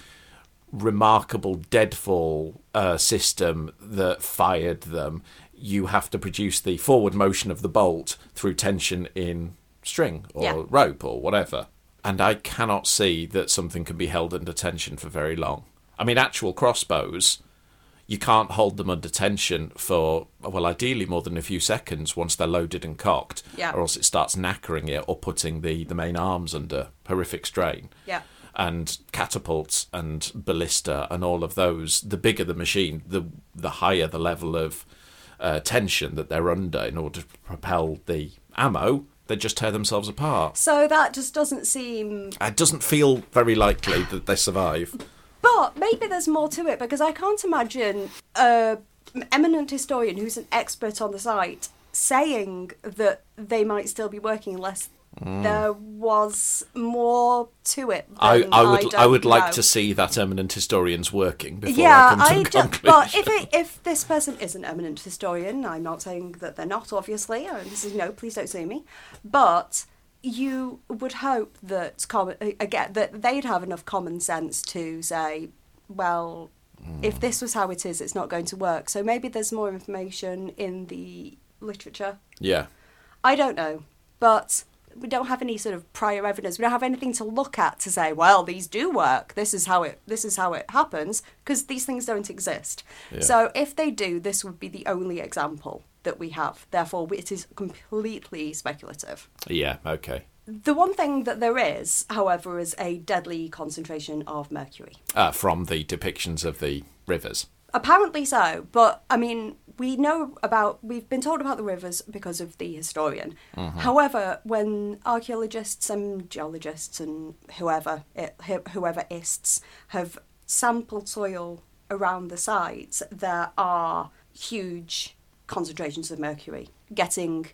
Speaker 2: remarkable deadfall uh, system that fired them. You have to produce the forward motion of the bolt through tension in string or
Speaker 1: Yeah.
Speaker 2: rope or whatever. And I cannot see that something can be held under tension for very long. I mean, actual crossbows, you can't hold them under tension for, well, ideally more than a few seconds once they're loaded and cocked,
Speaker 1: Yeah.
Speaker 2: or else it starts knackering it or putting the, the main arms under horrific strain
Speaker 1: Yeah.
Speaker 2: and catapults and ballista and all of those. The bigger the machine, the the higher the level of uh, tension that they're under in order to propel the ammo. They just tear themselves apart.
Speaker 1: So that just doesn't seem
Speaker 2: It doesn't feel very likely that they survive.
Speaker 1: But maybe there's more to it because I can't imagine a eminent historian who's an expert on the site saying that they might still be working unless there was more to it.
Speaker 2: Mm. I,
Speaker 1: than
Speaker 2: I would
Speaker 1: don't
Speaker 2: I, would like
Speaker 1: know.
Speaker 2: to see that eminent historians working before I
Speaker 1: Yeah,
Speaker 2: come to
Speaker 1: I do,
Speaker 2: a conclusion.
Speaker 1: but if it, if this person is an eminent historian, I'm not saying that they're not. Obviously, and this is no, please don't sue me. But you would hope that common uh, again that they'd have enough common sense to say, well,
Speaker 2: Hmm.
Speaker 1: if this was how it is, it's not going to work. So maybe there's more information in the literature.
Speaker 2: yeah,
Speaker 1: I don't know, but we don't have any sort of prior evidence. We don't have anything to look at to say, well, these do work. This is how it. This is how it happens because these things don't exist.
Speaker 2: Yeah.
Speaker 1: So if they do, this would be the only example that we have. Therefore, it is completely speculative.
Speaker 2: yeah, okay.
Speaker 1: The one thing that there is, however, is a deadly concentration of mercury.
Speaker 2: Uh, from the depictions of the rivers.
Speaker 1: Apparently so, but I mean, we know about we've been told about the rivers because of the historian. However, when archaeologists and geologists and whoever it, whoever ists have sampled soil around the sites, there are huge concentrations of mercury getting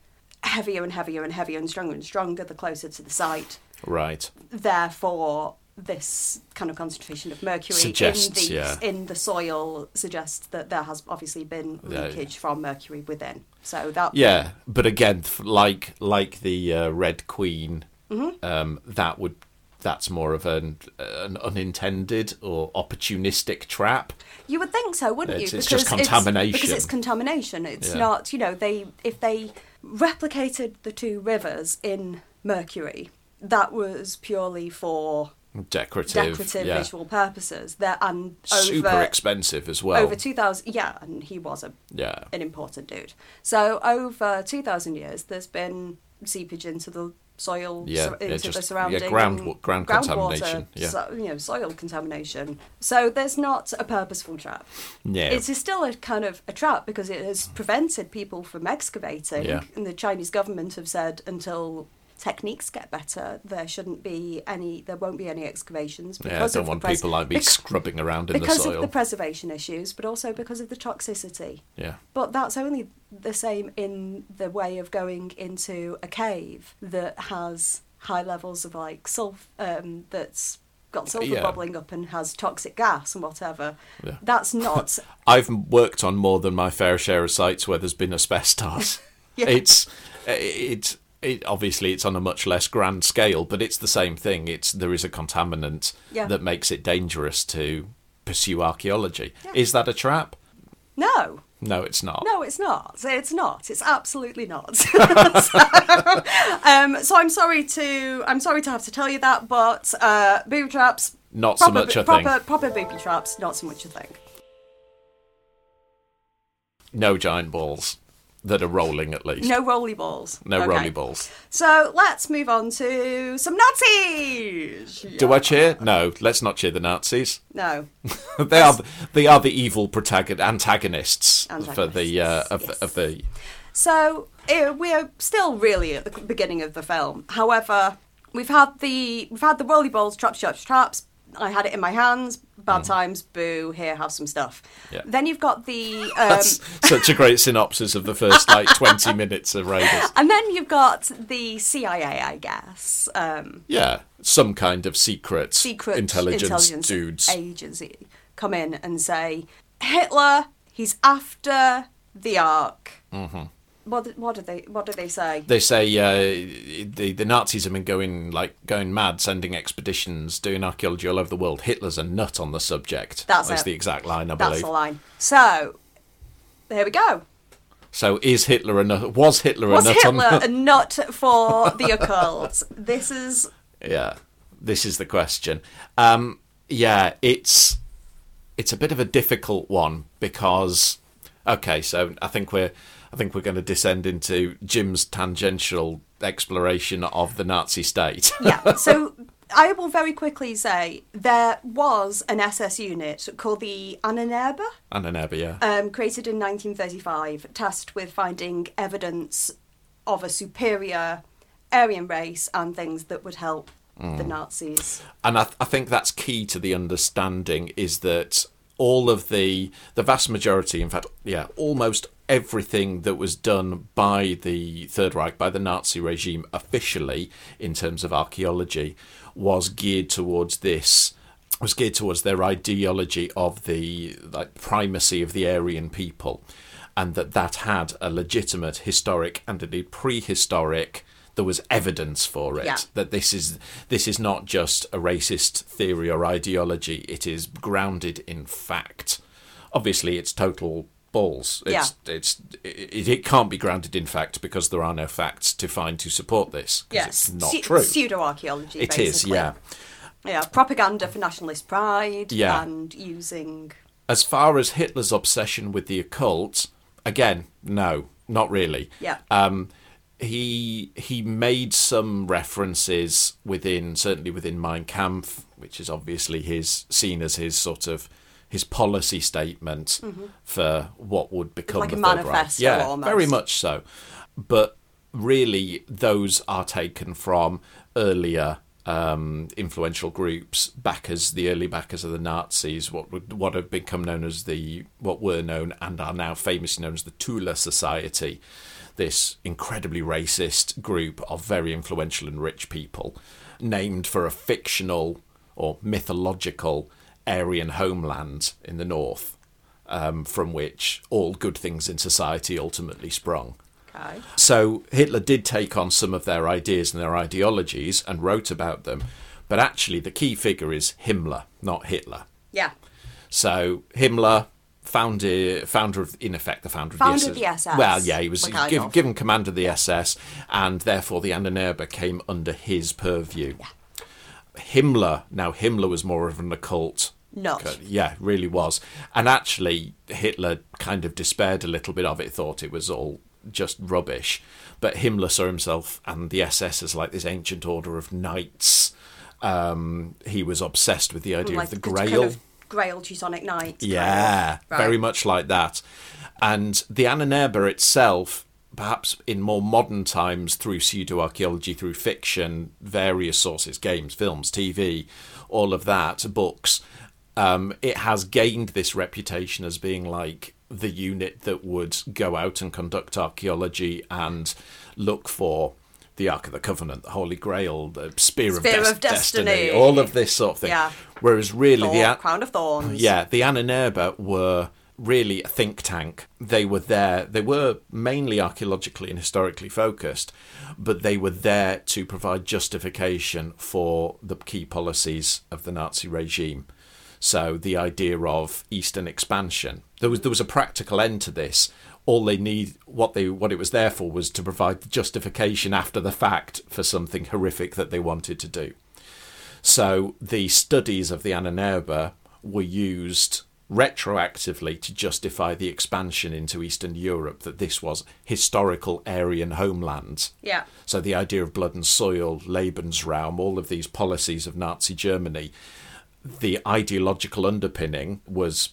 Speaker 1: heavier and heavier and heavier and stronger and stronger the closer to the site
Speaker 2: Right.
Speaker 1: therefore this kind of concentration of mercury
Speaker 2: Suggests,
Speaker 1: in, the,
Speaker 2: yeah.
Speaker 1: in the soil suggests that there has obviously been
Speaker 2: Yeah.
Speaker 1: leakage from mercury within. So that
Speaker 2: Yeah, but again, f- like like the uh, Red Queen,
Speaker 1: Mm-hmm.
Speaker 2: um, that would that's more of an an unintended or opportunistic trap.
Speaker 1: you would think so, wouldn't
Speaker 2: It's-
Speaker 1: you?
Speaker 2: it's just
Speaker 1: because
Speaker 2: contamination.
Speaker 1: it's contamination. It's
Speaker 2: Yeah.
Speaker 1: not you know they if they replicated the two rivers in mercury, that was purely for
Speaker 2: Decorative,
Speaker 1: decorative
Speaker 2: yeah.
Speaker 1: visual purposes. There and over
Speaker 2: super expensive as well.
Speaker 1: over two thousand. Yeah, and he was a
Speaker 2: yeah,
Speaker 1: an important dude. So over 2,000 years, there's been seepage into the soil,
Speaker 2: Yeah,
Speaker 1: sur-
Speaker 2: yeah,
Speaker 1: into
Speaker 2: just-
Speaker 1: the
Speaker 2: yeah,
Speaker 1: surrounding
Speaker 2: ground- ground contamination, yeah.
Speaker 1: so- you know, soil contamination. So there's not a purposeful trap.
Speaker 2: yeah,
Speaker 1: It is still a kind of a trap because it has prevented people from excavating,
Speaker 2: Yeah.
Speaker 1: and the Chinese government have said until techniques get better, there shouldn't be any, there won't be any excavations
Speaker 2: yeah. I
Speaker 1: because
Speaker 2: don't
Speaker 1: of
Speaker 2: want
Speaker 1: the pres-
Speaker 2: people like me
Speaker 1: bec-
Speaker 2: scrubbing around in the
Speaker 1: because of
Speaker 2: soil.
Speaker 1: the preservation issues, but also because of the toxicity.
Speaker 2: yeah,
Speaker 1: But that's only the same in the way of going into a cave that has high levels of like sulf um, that's got sulfur
Speaker 2: Yeah.
Speaker 1: bubbling up and has toxic gas and whatever.
Speaker 2: Yeah.
Speaker 1: That's not.
Speaker 2: I've worked on more than my fair share of sites where there's been asbestos.
Speaker 1: Yeah.
Speaker 2: It's it, it obviously it's on a much less grand scale, but it's the same thing. It's there is a contaminant
Speaker 1: Yeah.
Speaker 2: that makes it dangerous to pursue archaeology.
Speaker 1: Yeah.
Speaker 2: Is that a trap?
Speaker 1: no,
Speaker 2: No, it's not.
Speaker 1: no, it's not. It's not. It's absolutely not. so, um, so I'm sorry to I'm sorry to have to tell you that, but uh, booby traps.
Speaker 2: Not so
Speaker 1: proper,
Speaker 2: much a
Speaker 1: proper,
Speaker 2: thing.
Speaker 1: Proper booby traps. Not so much a thing.
Speaker 2: No giant balls that are rolling at least.
Speaker 1: No rolly balls.
Speaker 2: No
Speaker 1: Okay.
Speaker 2: rolly balls.
Speaker 1: So let's move on to some Nazis.
Speaker 2: Do I cheer? No, let's not cheer the Nazis.
Speaker 1: No.
Speaker 2: they are the, they are the evil protagon- antagonists, for the uh,
Speaker 1: Antagonists,
Speaker 2: of,
Speaker 1: yes.
Speaker 2: of the
Speaker 1: So eh, we're still really at the beginning of the film. However, we've had the we've had the rolly balls, traps, traps, traps. I had it in my hands. Bad times. Boo. Here, have some stuff.
Speaker 2: Mm. Yeah.
Speaker 1: Then you've got the. Um,
Speaker 2: That's such a great synopsis of the first like 20 minutes of Raiders.
Speaker 1: and then you've got the CIA, I guess, um,
Speaker 2: Yeah, some kind of secret,
Speaker 1: secret
Speaker 2: intelligence, dudes.
Speaker 1: agency come in and say Hitler, he's after the Ark. Mm-hmm. What, what do they What do they say?
Speaker 2: They say uh, the the Nazis have been going like going mad, sending expeditions, doing archaeology all over the world. Hitler's a nut on the subject.
Speaker 1: That's
Speaker 2: That's
Speaker 1: it.
Speaker 2: the exact line, I
Speaker 1: That's
Speaker 2: believe.
Speaker 1: the line. So there we go.
Speaker 2: So is Hitler a nut? Was Hitler
Speaker 1: Was
Speaker 2: a nut on?
Speaker 1: Hitler a nut for the occult? this is
Speaker 2: yeah this is the question um yeah it's it's a bit of a difficult one because okay so i think we're i think we're going to descend into jim's tangential exploration of the nazi state
Speaker 1: yeah. So I will very quickly say there was an SS unit called the Annenerbe,
Speaker 2: and an Ebba, yeah
Speaker 1: um, created in 1935, tasked with finding evidence of a superior Aryan race and things that would help
Speaker 2: Mm.
Speaker 1: the Nazis.
Speaker 2: and I, th- I think that's key to the understanding is that all of the the vast majority in fact yeah almost everything that was done by the third reich by the nazi regime officially in terms of archaeology was geared towards this was geared towards their ideology of the like primacy of the aryan people and that that had a legitimate historic and indeed prehistoric there was evidence for it
Speaker 1: Yeah.
Speaker 2: that this is this is not just a racist theory or ideology it is grounded in fact obviously it's total balls it's it's it, it can't be grounded in fact because there are no facts to find to support this 'cause it's not
Speaker 1: Pse-
Speaker 2: true
Speaker 1: Pseudo-archaeology,
Speaker 2: it
Speaker 1: basically.
Speaker 2: is yeah
Speaker 1: Yeah, propaganda for nationalist pride
Speaker 2: Yeah.
Speaker 1: and using.
Speaker 2: as far as Hitler's obsession with the occult, again, no, not really.
Speaker 1: Yeah.
Speaker 2: Um, he he made some references within certainly within Mein Kampf, which is obviously his seen as his sort of his policy statement for what would become
Speaker 1: Like
Speaker 2: the
Speaker 1: a
Speaker 2: Third Reich.
Speaker 1: manifesto
Speaker 2: Yeah,
Speaker 1: almost.
Speaker 2: very much so. But really, those are taken from earlier um, influential groups, backers, the early backers of the Nazis, what would what have become known as the what were known and are now famously known as the Tula Society. This incredibly racist group of very influential and rich people, named for a fictional or mythological Aryan homeland in the north um, from which all good things in society ultimately sprung.
Speaker 1: Okay.
Speaker 2: So Hitler did take on some of their ideas and their ideologies and wrote about them, but actually the key figure is Himmler, not Hitler.
Speaker 1: Yeah.
Speaker 2: So Himmler, founder, founder of, in effect, the founder of
Speaker 1: Founder
Speaker 2: the,
Speaker 1: of the SS.
Speaker 2: Well, yeah, he was,
Speaker 1: Well,
Speaker 2: he was
Speaker 1: kind
Speaker 2: giv-
Speaker 1: of.
Speaker 2: given command of the SS, and therefore the Annenberg came under his purview. Himmler, now Himmler was more of an occult.
Speaker 1: Nut.
Speaker 2: Okay, Yeah, really was. And actually, Hitler kind of despaired a little bit of it, thought it was all just rubbish. But Himmler saw himself and the SS as like this ancient order of knights. Um, he was obsessed with the idea
Speaker 1: Like
Speaker 2: of the
Speaker 1: the kind
Speaker 2: Grail.
Speaker 1: of Grail Teutonic Knight. kind
Speaker 2: Yeah,
Speaker 1: of. Right.
Speaker 2: very much like that. And the Ananerba itself, perhaps in more modern times through pseudo archaeology, through fiction, various sources, games, films, TV, all of that, books, um, it has gained this reputation as being like the unit that would go out and conduct archaeology and look for the Ark of the Covenant, the Holy Grail, the Spear, of,
Speaker 1: Spear
Speaker 2: Des-
Speaker 1: of Destiny.
Speaker 2: Destiny, all of this sort of thing.
Speaker 1: Yeah.
Speaker 2: Whereas really
Speaker 1: Thor-
Speaker 2: the An-
Speaker 1: Crown of Thorns.
Speaker 2: yeah, the Ananerba were really a think tank. They were there. They were mainly archaeologically and historically focused, but they were there to provide justification for the key policies of the Nazi regime. So the idea of eastern expansion. There was there was a practical end to this. All they need what they what it was there for was to provide justification after the fact for something horrific that they wanted to do. So the studies of the Ananerba were used retroactively to justify the expansion into Eastern Europe that this was historical Aryan homeland.
Speaker 1: Yeah.
Speaker 2: So the idea of blood and soil, Lebensraum, all of these policies of Nazi Germany, the ideological underpinning was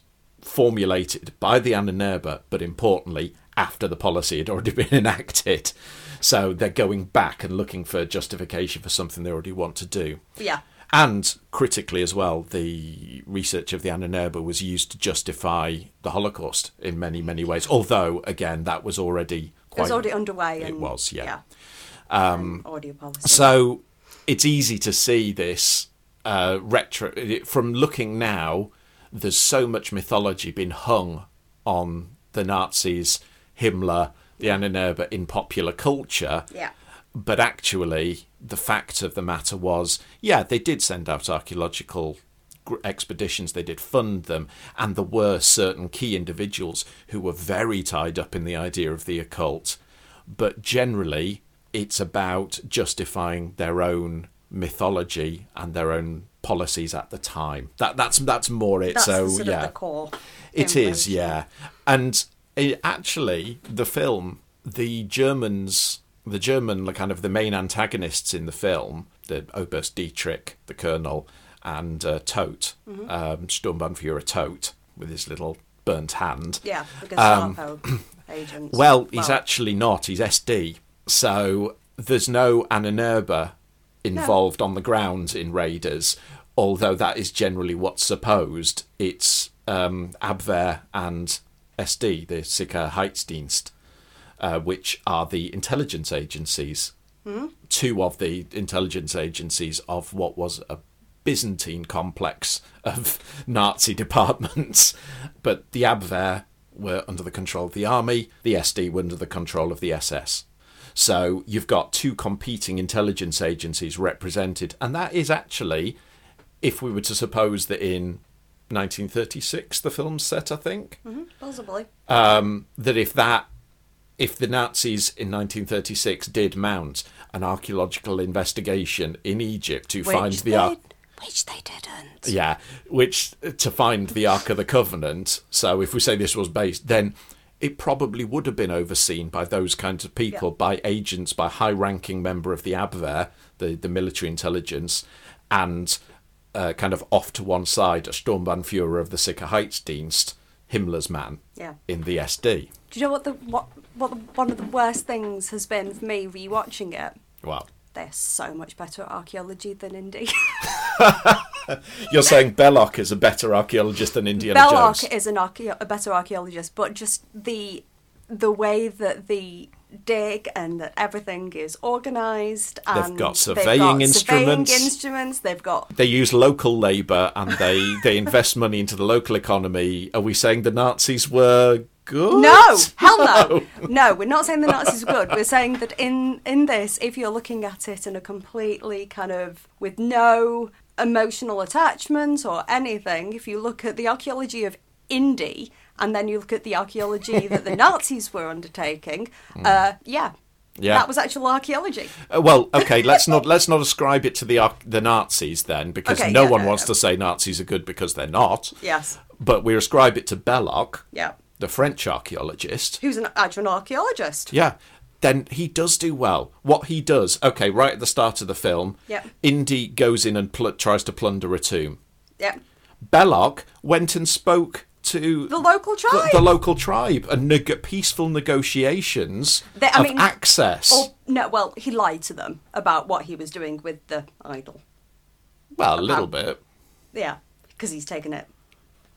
Speaker 2: formulated by the Ananerba, but importantly, after the policy had already been enacted. So they're going back and looking for justification for something they already want to do.
Speaker 1: Yeah.
Speaker 2: And critically as well, the research of the Ananerba was used to justify the Holocaust in many, many ways. Although, again, that was already
Speaker 1: It
Speaker 2: quite
Speaker 1: was already underway.
Speaker 2: It
Speaker 1: And,
Speaker 2: was, yeah.
Speaker 1: Um, audio policy.
Speaker 2: So it's easy to see this uh, retro from looking now. There's so much mythology been hung on the Nazis, Himmler, the Ananerba in popular culture.
Speaker 1: Yeah.
Speaker 2: But actually, the fact of the matter was, yeah, they did send out archaeological gr- expeditions, they did fund them, and there were certain key individuals who were very tied up in the idea of the occult. But generally, it's about justifying their own mythology and their own policies at the time. That that's that's more it.
Speaker 1: That's
Speaker 2: so
Speaker 1: the sort
Speaker 2: yeah,
Speaker 1: of the core.
Speaker 2: it
Speaker 1: influence.
Speaker 2: is, yeah. And it, actually, the film, the Germans, the German, like, kind of the main antagonists in the film, the Oberst Dietrich, the Colonel, and uh, Tote, um, Sturmbannführer Tote, with his little burnt hand.
Speaker 1: Yeah, the Gestapo agents.
Speaker 2: Um, Well, he's actually not. He's SD. So there's no Ananerba involved on the ground in Raiders, although that is generally what's supposed. It's um, Abwehr and SD, the Sicherheitsdienst, uh, which are the intelligence agencies. Two of the intelligence agencies of what was a Byzantine complex of Nazi departments, but the Abwehr were under the control of the army, the SD were under the control of the SS. So you've got two competing intelligence agencies represented, and that is actually, if we were to suppose that in 1936 the film's set, I think,
Speaker 1: Possibly.
Speaker 2: um, that if that if the Nazis in 1936 did mount an archaeological investigation in Egypt to
Speaker 1: Which
Speaker 2: find
Speaker 1: they,
Speaker 2: the ark,
Speaker 1: Which they didn't.
Speaker 2: yeah, which to find the Ark of the Covenant. So if we say this was based, then it probably would have been overseen by those kinds of people, by agents, by high-ranking member of the Abwehr, the the military intelligence, and. uh, kind of off to one side, a Sturmbannführer of the Sicherheitsdienst, Himmler's man,
Speaker 1: Yeah.
Speaker 2: in the SD.
Speaker 1: Do you know what the what what the, one of the worst things has been for me rewatching it?
Speaker 2: Wow.
Speaker 1: They're so much better at archaeology than Indy.
Speaker 2: You're saying Belloc is a better archaeologist than Indiana
Speaker 1: Belloc
Speaker 2: Jones?
Speaker 1: is an archaeo- a better archaeologist, but just the the way that the dig and that everything is organised.
Speaker 2: They've
Speaker 1: and
Speaker 2: got
Speaker 1: they've
Speaker 2: surveying
Speaker 1: got
Speaker 2: instruments.
Speaker 1: Surveying instruments. They've got
Speaker 2: They use local labour and they, they invest money into the local economy. Are we saying the Nazis were good?
Speaker 1: No, hell no. No, we're not saying the Nazis are good. We're saying that in in this, if you're looking at it in a completely kind of with no emotional attachment or anything, if you look at the archaeology of Indy and then you look at the archaeology that the Nazis were undertaking, uh, yeah,
Speaker 2: Hmm. Yeah.
Speaker 1: that was actual archaeology.
Speaker 2: Uh, well, okay, let's not let's not ascribe it to the Ar- the Nazis then, because
Speaker 1: Okay,
Speaker 2: no
Speaker 1: yeah,
Speaker 2: one
Speaker 1: no,
Speaker 2: wants
Speaker 1: no.
Speaker 2: to say Nazis are good because they're not.
Speaker 1: Yes.
Speaker 2: But we ascribe it to Belloc,
Speaker 1: Yeah,
Speaker 2: the French archaeologist.
Speaker 1: who's an actual archaeologist?
Speaker 2: Yeah, then he does do well. What he does, okay, right at the start of the film,
Speaker 1: Yep.
Speaker 2: Indy goes in and pl- tries to plunder a tomb.
Speaker 1: Yeah,
Speaker 2: Belloc went and spoke to
Speaker 1: the local
Speaker 2: the,
Speaker 1: tribe.
Speaker 2: the local tribe and neg- peaceful negotiations
Speaker 1: They- I
Speaker 2: of
Speaker 1: mean-
Speaker 2: access.
Speaker 1: or, no, well, he lied to them about what he was doing with the idol.
Speaker 2: well, a little bit.
Speaker 1: Yeah, because he's taken it.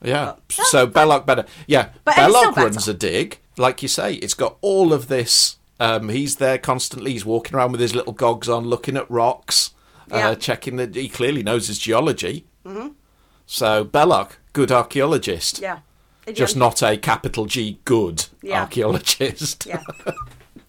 Speaker 2: Yeah. So Belloc better. Yeah.
Speaker 1: But it's still
Speaker 2: Belloc
Speaker 1: better.
Speaker 2: runs a dig, like you say. It's got all of this. Um, he's there constantly. He's walking around with his little gogs on, looking at rocks,
Speaker 1: Yeah.
Speaker 2: uh, checking that he clearly knows his geology. Mm-hmm. So Belloc, good archaeologist.
Speaker 1: Yeah. It
Speaker 2: Just
Speaker 1: don't-
Speaker 2: not a capital G good
Speaker 1: Yeah.
Speaker 2: archaeologist.
Speaker 1: Yeah.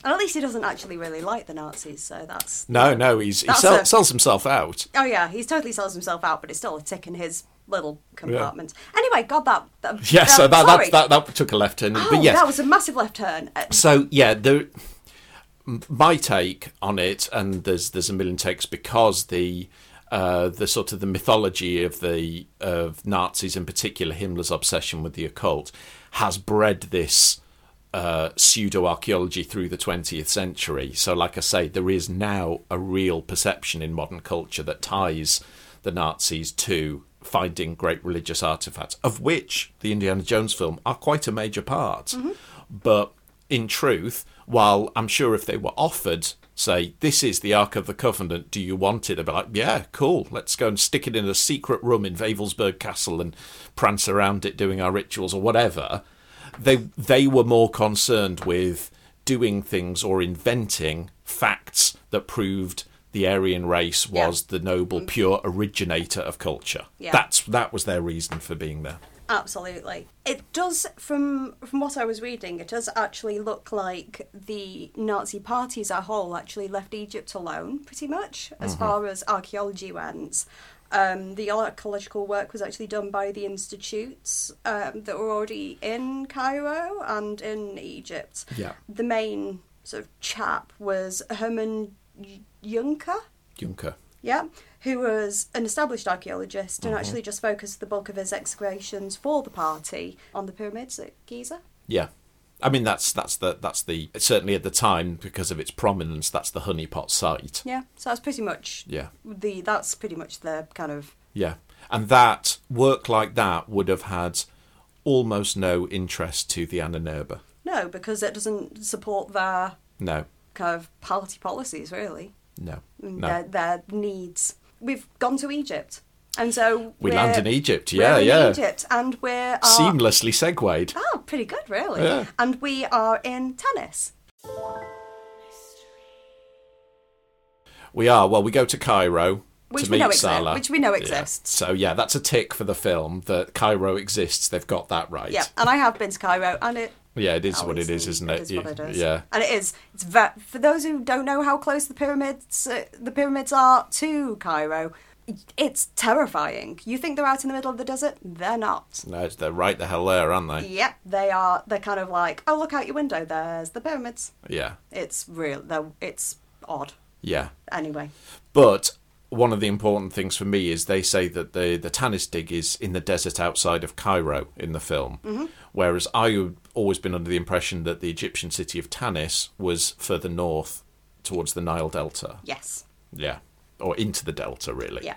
Speaker 1: and at least he doesn't actually really like the Nazis, so that's.
Speaker 2: No, no, he's, he
Speaker 1: That's
Speaker 2: sell,
Speaker 1: a-
Speaker 2: sells himself out.
Speaker 1: Oh, yeah, he's totally sells himself out, but it's still a tick in his little compartment. Anyway, God, that. that um,
Speaker 2: Yeah, so that,
Speaker 1: sorry.
Speaker 2: that, that, that took a left turn.
Speaker 1: Oh,
Speaker 2: but yes,
Speaker 1: that was a massive left turn. Uh,
Speaker 2: So yeah, the m- my take on it, and there's there's a million takes because the uh, the sort of the mythology of the of Nazis in particular, Himmler's obsession with the occult, has bred this uh, pseudo archaeology through the 20th century. So, like I say, there is now a real perception in modern culture that ties the Nazis to finding great religious artifacts, of which the Indiana Jones film are quite a major part. But in truth, while I'm sure if they were offered, say, this is the Ark of the Covenant, do you want it? They'd be like, yeah, cool, let's go and stick it in a secret room in Wavelsberg Castle and prance around it doing our rituals or whatever. They, they were more concerned with doing things or inventing facts that proved the Aryan race
Speaker 1: Yeah. Mm.
Speaker 2: was the noble, pure originator of culture.
Speaker 1: Yeah.
Speaker 2: That's, that was their reason for being there.
Speaker 1: Absolutely. It does from from what I was reading, it does actually look like the Nazi party as a whole actually left Egypt alone pretty much as far as archaeology went. Um, the archaeological work was actually done by the institutes um, that were already in Cairo and in Egypt.
Speaker 2: Yeah.
Speaker 1: The main sort of chap was Herman Juncker,
Speaker 2: Juncker.
Speaker 1: yeah, who was an established archaeologist
Speaker 2: Mm-hmm.
Speaker 1: and actually just focused the bulk of his excavations for the party on the pyramids at Giza.
Speaker 2: Yeah. I mean that's that's the that's the certainly at the time because of its prominence that's the honeypot site.
Speaker 1: Yeah, so that's pretty much
Speaker 2: Yeah.
Speaker 1: the that's pretty much the kind of
Speaker 2: Yeah. And that work like that would have had almost no interest to the Ananerba.
Speaker 1: no because it doesn't support their
Speaker 2: No.
Speaker 1: kind of party policies really,
Speaker 2: No.
Speaker 1: and
Speaker 2: No.
Speaker 1: their their needs. We've gone to Egypt, and so
Speaker 2: We
Speaker 1: we're-
Speaker 2: land in Egypt,
Speaker 1: we're
Speaker 2: yeah,
Speaker 1: in
Speaker 2: yeah.
Speaker 1: Egypt, and we're are-
Speaker 2: Seamlessly segued.
Speaker 1: Oh, pretty good, really.
Speaker 2: Yeah.
Speaker 1: And we are in tennis.
Speaker 2: We are. Well, we go to Cairo
Speaker 1: Which
Speaker 2: to
Speaker 1: we
Speaker 2: meet
Speaker 1: know exi-
Speaker 2: Salah.
Speaker 1: which we know
Speaker 2: Yeah.
Speaker 1: exists.
Speaker 2: So yeah, that's a tick for the film that Cairo exists. They've got that right.
Speaker 1: Yeah, and I have been to Cairo, and it
Speaker 2: Yeah, it is what it
Speaker 1: obviously,
Speaker 2: is, isn't it?
Speaker 1: is what it is.
Speaker 2: Yeah.
Speaker 1: and it is. It's ve- for those who don't know how close the pyramids, uh, the pyramids are to Cairo. It's terrifying. You think they're out in the middle of the desert? They're not.
Speaker 2: No, they're right the hell there, aren't they?
Speaker 1: Yep, they are. They're kind of like, oh, look out your window. There's the pyramids.
Speaker 2: Yeah.
Speaker 1: It's real. They're, it's odd.
Speaker 2: Yeah.
Speaker 1: Anyway,
Speaker 2: But one of the important things for me is they say that the the Tanis dig is in the desert outside of Cairo in the film,
Speaker 1: Mm-hmm.
Speaker 2: whereas I had always been under the impression that the Egyptian city of Tanis was further north towards the Nile Delta.
Speaker 1: yes,
Speaker 2: Yeah, or into the delta really.
Speaker 1: yeah.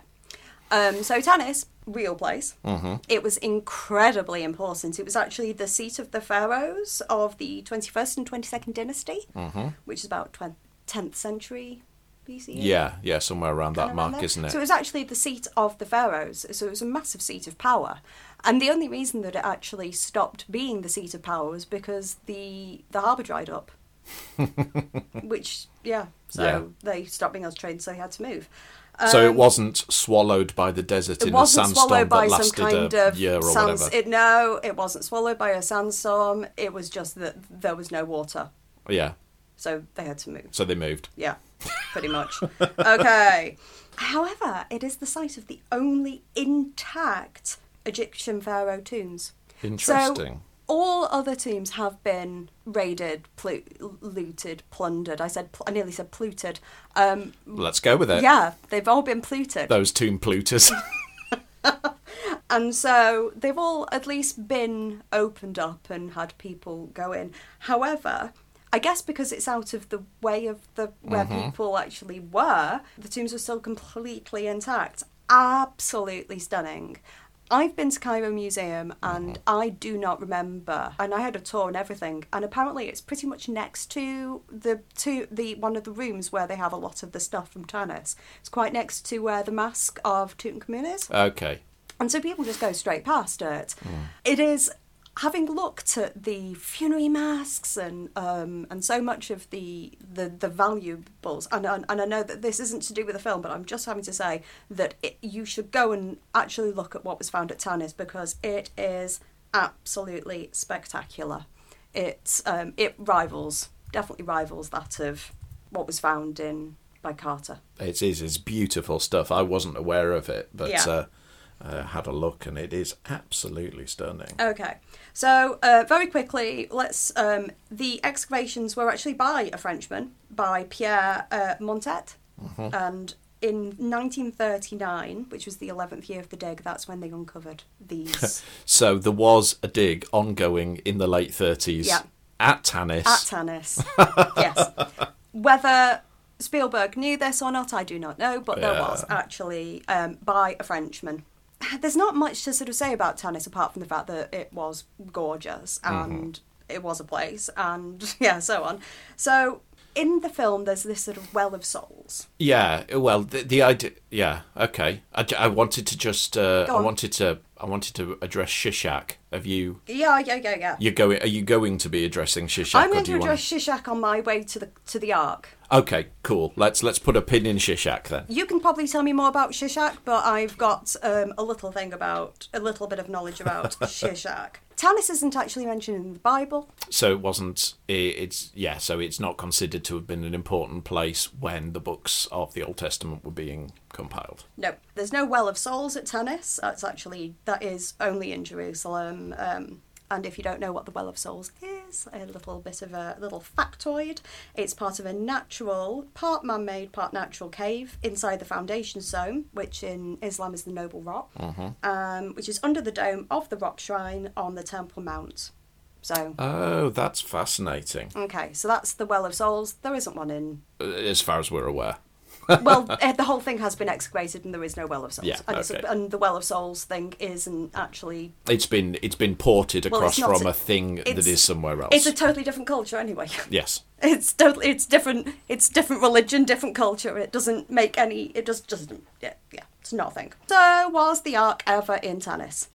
Speaker 1: Um, so Tanis, real place.
Speaker 2: Mm-hmm.
Speaker 1: It was incredibly important. It was actually the seat of the pharaohs of the 21st and 22nd dynasty,
Speaker 2: Mm-hmm.
Speaker 1: which is about twen- 10th century BCE.
Speaker 2: Yeah, yeah, somewhere around that
Speaker 1: around
Speaker 2: mark,
Speaker 1: there.
Speaker 2: isn't it?
Speaker 1: So it was actually the seat of the pharaohs. So it was a massive seat of power. And the only reason that it actually stopped being the seat of power was because the the harbour dried up. Which yeah, so
Speaker 2: Yeah.
Speaker 1: they stopped being able to trade, so they had to move.
Speaker 2: so it wasn't swallowed by the desert
Speaker 1: um, It
Speaker 2: in a
Speaker 1: wasn't
Speaker 2: sandstorm
Speaker 1: swallowed by
Speaker 2: that
Speaker 1: some
Speaker 2: lasted
Speaker 1: kind
Speaker 2: a
Speaker 1: of
Speaker 2: year or
Speaker 1: sands-
Speaker 2: whatever.
Speaker 1: It, no, it wasn't swallowed by a sandstorm. It was just that there was no water,
Speaker 2: yeah,
Speaker 1: so they had to move.
Speaker 2: so they moved.
Speaker 1: Yeah, pretty much. okay. However, it is the site of the only intact Egyptian pharaoh tombs. So
Speaker 2: Interesting.
Speaker 1: all other tombs have been raided, plu- looted, plundered. I said, pl- I nearly said pluted. Um,
Speaker 2: Let's go with it.
Speaker 1: yeah, they've all been pluted.
Speaker 2: Those tomb pluters.
Speaker 1: And so they've all at least been opened up and had people go in. However, I guess because it's out of the way of the where people actually were, the tombs are still completely intact. Absolutely stunning. I've been to Cairo Museum and I do not remember. And I had a tour and everything. And apparently, it's pretty much next to the to the one of the rooms where they have a lot of the stuff from Tanis. It's quite next to where the mask of Tutankhamun is.
Speaker 2: okay.
Speaker 1: And so people just go straight past it. It is having looked at the funerary masks and um, and so much of the the, the valuables. And, and and I know that this isn't to do with the film, but I'm just having to say that it, you should go and actually look at what was found at Tanis because it is absolutely spectacular. It's um, it rivals definitely rivals that of what was found in by Carter.
Speaker 2: It is. It's beautiful stuff. I wasn't aware of it, but
Speaker 1: Yeah.
Speaker 2: uh, uh, had a look, and it is absolutely stunning.
Speaker 1: Okay, so uh, very quickly, let's. Um, the excavations were actually by a Frenchman, by Pierre uh, Montet, and in 1939, which was the 11th year of the dig, that's when they uncovered these
Speaker 2: So there was a dig ongoing in the late 30s
Speaker 1: Yeah.
Speaker 2: at Tanis.
Speaker 1: at Tanis. yes, whether Spielberg knew this or not, I do not know, but there
Speaker 2: Yeah.
Speaker 1: was actually um, by a Frenchman. There's not much to sort of say about Tanis apart from the fact that it was gorgeous
Speaker 2: Mm-hmm.
Speaker 1: and it was a place and yeah, so on. So in the film, there's this sort of well of souls.
Speaker 2: yeah, well, the, the idea. Yeah, okay. I, ju- I wanted to just. Uh,
Speaker 1: Go
Speaker 2: I
Speaker 1: on.
Speaker 2: wanted to. I wanted to address Shishak. Have you?
Speaker 1: Yeah, yeah, yeah, yeah.
Speaker 2: You going? Are you going to be addressing Shishak?
Speaker 1: I'm
Speaker 2: or
Speaker 1: going
Speaker 2: do
Speaker 1: to
Speaker 2: you
Speaker 1: address Shishak on my way to the to the Ark.
Speaker 2: Want... Okay, cool. Let's let's put a pin in Shishak then.
Speaker 1: You can probably tell me more about Shishak, but I've got um, a little thing about, a little bit of knowledge about Shishak. Tanis isn't actually mentioned in the Bible.
Speaker 2: So it wasn't. i it's yeah. So it's not considered to have been an important place when the books of the Old Testament were being compiled.
Speaker 1: No, there's no Well of Souls at Tanis. That's actually, that is only in Jerusalem. Um, and if you don't know what the Well of Souls is, a little bit of a little factoid. It's part of a natural, part man made, part natural cave inside the foundation zone, which in Islam is the Noble Rock, um, which is under the dome of the rock shrine on the Temple Mount. So.
Speaker 2: Oh, that's fascinating.
Speaker 1: Okay, so that's the Well of Souls. There isn't one in.
Speaker 2: Uh, As far as we're aware.
Speaker 1: Well, eh, the whole thing has been excavated, and there is no Well of Souls.
Speaker 2: Yeah,
Speaker 1: and, it's-
Speaker 2: okay.
Speaker 1: and the Well of Souls thing isn't actually.
Speaker 2: It's been it's been ported
Speaker 1: Well,
Speaker 2: across
Speaker 1: it's not-
Speaker 2: from a thing that
Speaker 1: it's-
Speaker 2: is somewhere else.
Speaker 1: It's a totally different culture, anyway.
Speaker 2: yes.
Speaker 1: It's totally. It's different. It's different religion, different culture. It doesn't make any. It just doesn't. Yeah, yeah. It's nothing. So, was the Ark ever in Tanis?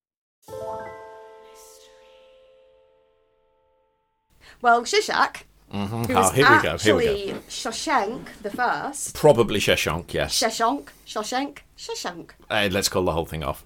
Speaker 1: Well, Shishak, who
Speaker 2: Ah,
Speaker 1: was
Speaker 2: here we go, here we
Speaker 1: actually
Speaker 2: go.
Speaker 1: Shoshenq the first,
Speaker 2: Probably Sheshonk, yes.
Speaker 1: Shashank, Shashank, Shashank.
Speaker 2: Uh, let's call the whole thing off.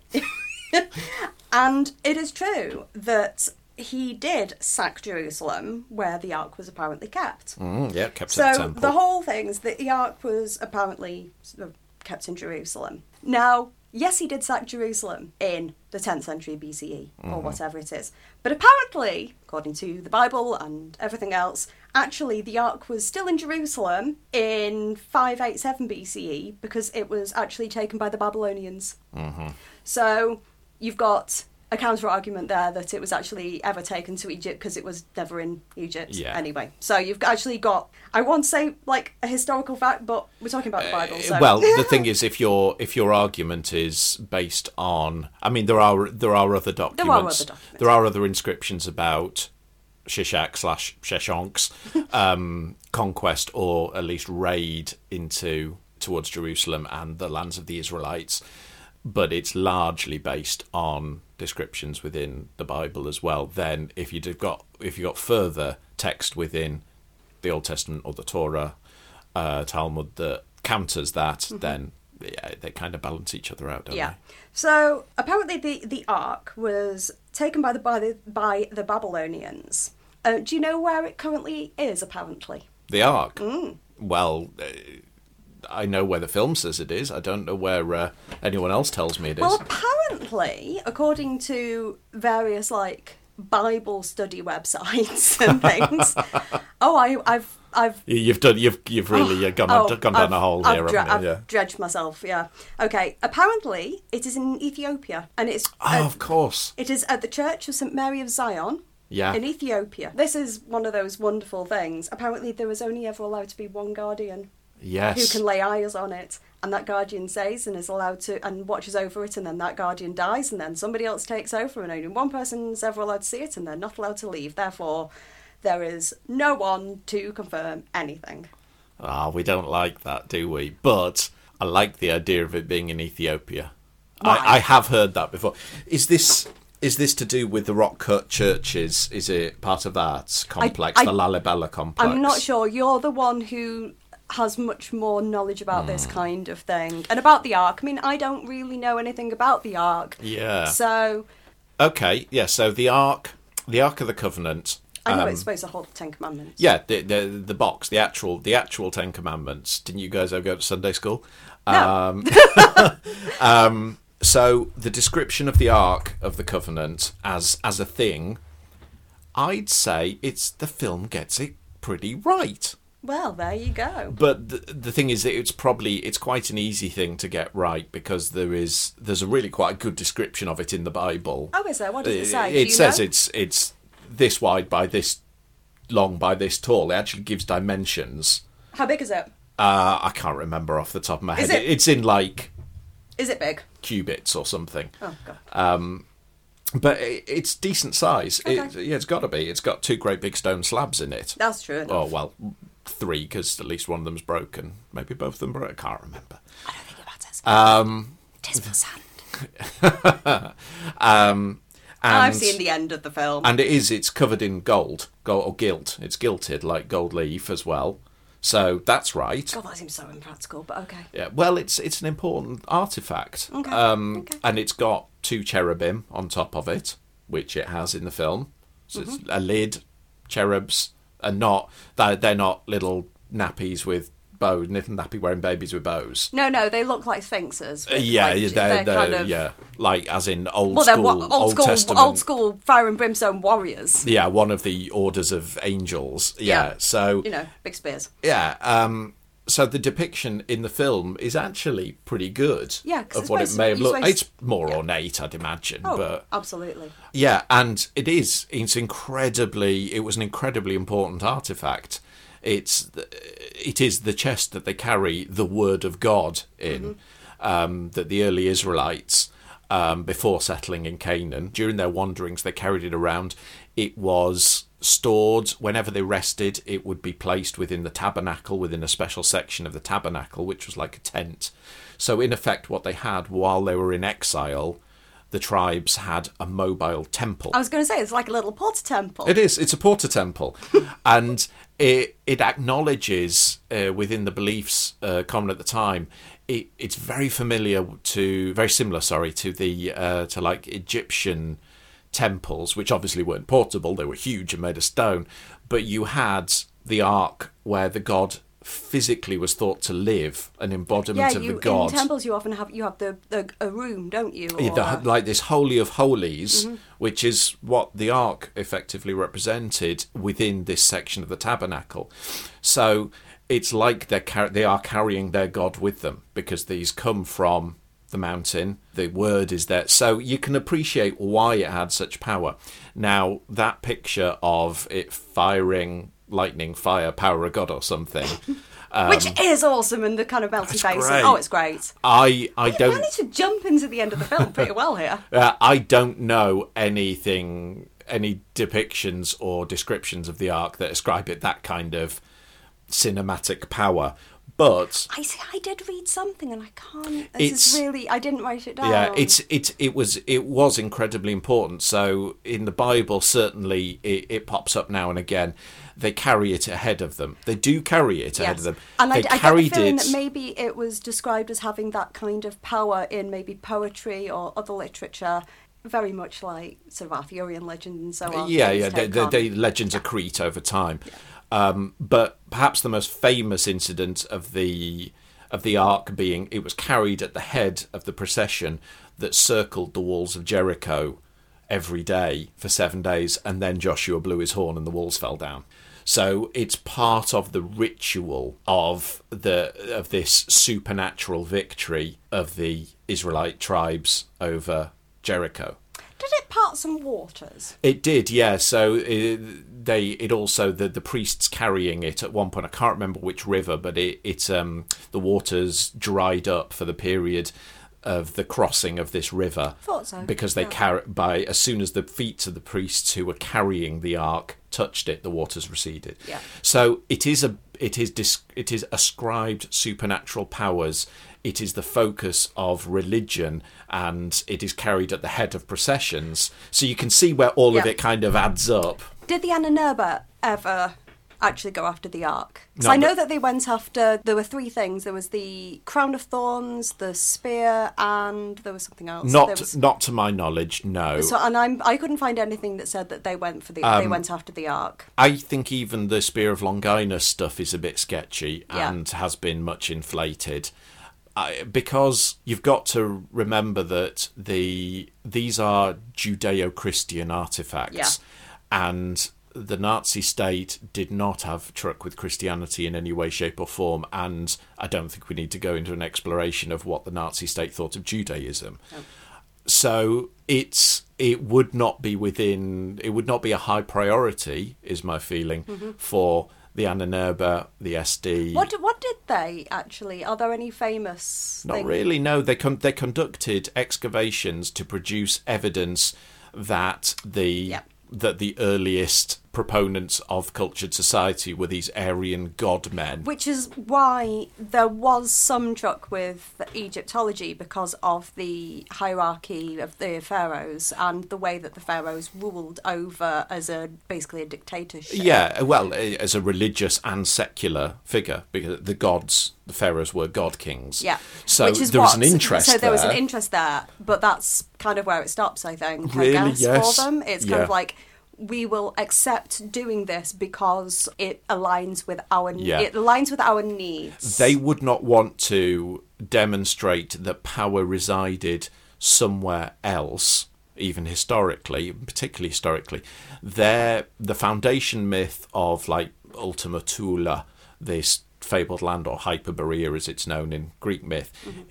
Speaker 1: And it is true that he did sack Jerusalem, where the ark was apparently kept.
Speaker 2: Mm, yeah, kept it at
Speaker 1: So
Speaker 2: temple.
Speaker 1: the whole thing is that the ark was apparently sort of kept in Jerusalem. Now, yes, he did sack Jerusalem in the 10th century BCE or whatever it is, but apparently, according to the Bible and everything else, actually the ark was still in Jerusalem in 587 E BCE because it was actually taken by the Babylonians. So you've got a counter argument there that it was actually ever taken to Egypt because it was never in Egypt
Speaker 2: Yeah.
Speaker 1: anyway. So you've actually got, I won't say like a historical fact, but we're talking about the Bible. So.
Speaker 2: Eh, Well, the thing is, if your if your argument is based on, I mean, there are there are other documents,
Speaker 1: other documents.
Speaker 2: There are other inscriptions about Shishak slash Sheshonk's um, conquest or at least raid into towards Jerusalem and the lands of the Israelites, but it's largely based on descriptions within the Bible as well. Then, if you've got if you have got further text within the Old Testament or the Torah, uh, Talmud that counters that, then yeah, they kind of balance each other out, don't
Speaker 1: yeah. So apparently the, the Ark was taken by the, by the, by the Babylonians. Uh, do you know where it currently is, apparently?
Speaker 2: they? The Ark.
Speaker 1: Mm.
Speaker 2: Well, uh, I know where the film says it is. I don't know where uh, anyone else tells me it is.
Speaker 1: Well, apparently, according to various like Bible study websites and things, oh, I, I've I've
Speaker 2: You- You've done. You've you've really uh gone,
Speaker 1: oh,
Speaker 2: gone down
Speaker 1: I've-
Speaker 2: a hole
Speaker 1: I've
Speaker 2: here,
Speaker 1: dre-
Speaker 2: haven't
Speaker 1: I've
Speaker 2: you? Yeah.
Speaker 1: dredged myself. Yeah. Okay. Apparently, it is in Ethiopia, and it's
Speaker 2: Oh,
Speaker 1: uh,
Speaker 2: of course.
Speaker 1: it is at the Church of St Mary of Zion.
Speaker 2: Yeah.
Speaker 1: In Ethiopia. This is one of those wonderful things. Apparently, there was only ever allowed to be one guardian who
Speaker 2: Yes.
Speaker 1: can lay eyes on it and that guardian stays and is allowed to and watches over it and then that guardian dies and then somebody else takes over and only one person's ever allowed to see it and they're not allowed to leave therefore there is no one to confirm anything
Speaker 2: Ah, we don't like that, do we? But I like the idea of it being in Ethiopia. I, I have heard that before. Is this is this to do with the rock cut churches? Is it part of that complex,
Speaker 1: I-
Speaker 2: the Lalibela complex?
Speaker 1: i'm not sure you're the one who has much more knowledge about
Speaker 2: Mm.
Speaker 1: this kind of thing and about the ark i mean i don't really know anything about the ark
Speaker 2: Yeah.
Speaker 1: so
Speaker 2: Okay. Yeah. So the Ark, the Ark of the Covenant.
Speaker 1: i know it's supposed to hold the ten commandments
Speaker 2: Yeah, the, the the box, the actual the actual Ten Commandments. Didn't you guys ever go to Sunday school?
Speaker 1: No.
Speaker 2: Um, um, so the description of the Ark of the Covenant as as a thing, I'd say it's the film gets it pretty right.
Speaker 1: well there you go
Speaker 2: But the, the thing is that it's probably it's quite an easy thing to get right because there is there's a really quite a good description of it in the Bible.
Speaker 1: oh is there what does it say Do
Speaker 2: It
Speaker 1: you
Speaker 2: says
Speaker 1: know?
Speaker 2: it's it's this wide by this long by this tall. It actually gives dimensions.
Speaker 1: how big is it
Speaker 2: Uh, I can't remember off the top of my head.
Speaker 1: Is it-
Speaker 2: It's in like
Speaker 1: is it big
Speaker 2: cubits or something,
Speaker 1: oh god
Speaker 2: Uh, but it, it's decent size. It,
Speaker 1: Okay.
Speaker 2: yeah, it's got to be. It's got two great big stone slabs in it.
Speaker 1: That's true. Enough.
Speaker 2: Oh well, three because at least one of them's broken. Maybe both of them broke. I can't remember.
Speaker 1: I don't think it matters. Um, Tis for sand.
Speaker 2: Um, and
Speaker 1: I've seen the end of the film.
Speaker 2: and it is it's covered in gold, gold or gilt. It's gilted like gold leaf as well. So that's right.
Speaker 1: God, that seems so impractical, but okay.
Speaker 2: Yeah, well, it's it's an important artifact,
Speaker 1: Okay,
Speaker 2: Um,
Speaker 1: okay.
Speaker 2: and it's got two cherubim on top of it, which it has in the film. So it's
Speaker 1: Mm-hmm.
Speaker 2: a lid, cherubs, and not they're, they're not little nappies with bows, little nappy wearing babies with bows.
Speaker 1: No, no, they look like sphinxes.
Speaker 2: Uh,
Speaker 1: but,
Speaker 2: yeah,
Speaker 1: like,
Speaker 2: yeah, they're, they're, yeah, like as in old
Speaker 1: Well, they're
Speaker 2: school,
Speaker 1: wa- old,
Speaker 2: old
Speaker 1: school,
Speaker 2: testament,
Speaker 1: old school fire and brimstone warriors.
Speaker 2: yeah, one of the orders of angels. Yeah,
Speaker 1: Yeah.
Speaker 2: so
Speaker 1: You know, big spears.
Speaker 2: yeah. Um, so the depiction in the film is actually pretty good.
Speaker 1: Yeah, 'cause
Speaker 2: of
Speaker 1: it's
Speaker 2: what it
Speaker 1: supposed-
Speaker 2: may have
Speaker 1: you're
Speaker 2: looked.
Speaker 1: supposed-
Speaker 2: It's more ornate, I'd imagine.
Speaker 1: Oh,
Speaker 2: But
Speaker 1: absolutely.
Speaker 2: yeah, and it is. It's incredibly. It was an incredibly important artifact. It's. the- It is the chest that they carry the word of God in. Um, that the early Israelites, um, before settling in Canaan, during their wanderings, they carried it around. It was stored whenever they rested. It would be placed within the tabernacle, within a special section of the tabernacle, which was like a tent. So, in effect, what they had while they were in exile the tribes had a mobile temple.
Speaker 1: I was going to say, it's like a little pot temple.
Speaker 2: It is. It's a porter temple, and it it acknowledges uh, within the beliefs uh, common at the time. It, it's very familiar to, very similar, sorry, to the uh, to like Egyptian temples, which obviously weren't portable. They were huge and made of stone, but you had the ark where the god physically was thought to live, an embodiment
Speaker 1: yeah,
Speaker 2: of the
Speaker 1: you, in
Speaker 2: god.
Speaker 1: temples you often have you have the, the a room, don't you?
Speaker 2: Yeah,
Speaker 1: or
Speaker 2: the-
Speaker 1: a-
Speaker 2: like this holy of holies, which is what the ark effectively represented within this section of the tabernacle. So it's like they're car- they are carrying their God with them because these come from the mountain. The word is there. So you can appreciate why it had such power. Now, that picture of it firing lightning, fire, power of God or something. um,
Speaker 1: Which is awesome and the kind of melty
Speaker 2: That's
Speaker 1: face.
Speaker 2: great.
Speaker 1: Oh, it's great.
Speaker 2: I, I
Speaker 1: They
Speaker 2: don't.
Speaker 1: managed to jump into the end of the film pretty well here.
Speaker 2: Uh, I don't know anything, any depictions or descriptions of the ark that ascribe it that kind of cinematic power. But
Speaker 1: I see. I did read something, and I can't. This
Speaker 2: It's-
Speaker 1: is really. I didn't write it down.
Speaker 2: yeah, it's it it was it was incredibly important. So in the Bible, certainly it, it pops up now and again. They carry it ahead of them. They do carry it ahead
Speaker 1: Yes.
Speaker 2: of them.
Speaker 1: And I,
Speaker 2: they
Speaker 1: I get the
Speaker 2: carried
Speaker 1: feeling
Speaker 2: it.
Speaker 1: that maybe it was described as having that kind of power in maybe poetry or other literature, very much like sort of Arthurian legend and so on.
Speaker 2: Yeah,
Speaker 1: things
Speaker 2: yeah. The,
Speaker 1: take
Speaker 2: the,
Speaker 1: on.
Speaker 2: the legends accrete over time, um, but perhaps the most famous incident of the of the ark being it was carried at the head of the procession that circled the walls of Jericho every day for seven days, and then Joshua blew his horn and the walls fell down. So it's part of the ritual of the of this supernatural victory of the Israelite tribes over Jericho.
Speaker 1: Did it part some waters?
Speaker 2: It did, yeah. So it, they, it also the the priests carrying it at one point. I can't remember which river, but it, it um the waters dried up for the period of the crossing of this river.
Speaker 1: Thought so,
Speaker 2: Because they
Speaker 1: yeah.
Speaker 2: carry by as soon as the feet of the priests who were carrying the ark touched it, the waters receded.
Speaker 1: Yeah.
Speaker 2: So it is a it is dis, it is ascribed supernatural powers. It is the focus of religion, and it is carried at the head of processions. So you can see where all of
Speaker 1: Yeah.
Speaker 2: it kind of adds up.
Speaker 1: Did the Anunnaba ever actually go after the Ark? 'Cause
Speaker 2: No,
Speaker 1: I know
Speaker 2: but-
Speaker 1: that they went after. There were three things. There was the crown of thorns, the spear, and there was something else. There
Speaker 2: Not
Speaker 1: was-
Speaker 2: not to my knowledge, no.
Speaker 1: So, and I'm, I couldn't find anything that said that they went for the
Speaker 2: Um,
Speaker 1: they went after the ark.
Speaker 2: I think even the Spear of Longinus stuff is a bit sketchy
Speaker 1: Yeah.
Speaker 2: and has been much inflated. I, because you've got to remember that the these are Judeo-Christian artifacts,
Speaker 1: Yeah.
Speaker 2: and the Nazi state did not have truck with Christianity in any way, shape, or form. And I don't think we need to go into an exploration of what the Nazi state thought of Judaism so it's it would not be within it would not be a high priority is my feeling for the Ananurba, the SD.
Speaker 1: What what did they actually? Are there any famous?
Speaker 2: not
Speaker 1: things?
Speaker 2: really. No, they con- they conducted excavations to produce evidence that the
Speaker 1: Yeah.
Speaker 2: that the earliest proponents of cultured society were these Aryan godmen.
Speaker 1: Which is why there was some truck with Egyptology because of the hierarchy of the pharaohs and the way that the pharaohs ruled over as a basically a dictatorship.
Speaker 2: Yeah, well, a- as a religious and secular figure, because the gods, the pharaohs were god kings.
Speaker 1: Yeah.
Speaker 2: So
Speaker 1: Which is
Speaker 2: there
Speaker 1: what-
Speaker 2: was an interest.
Speaker 1: So there, was an
Speaker 2: there.
Speaker 1: interest there, but that's kind of where it stops, I think.
Speaker 2: Really?
Speaker 1: I guess,
Speaker 2: Yes.
Speaker 1: For them, it's kind of
Speaker 2: Yeah.
Speaker 1: like we will accept doing this because it aligns with our
Speaker 2: Yeah.
Speaker 1: it aligns with our needs.
Speaker 2: they would not want to demonstrate that power resided somewhere else even historically particularly historically their the foundation myth of like ultima thule this fabled land or hyperborea as it's known in greek myth m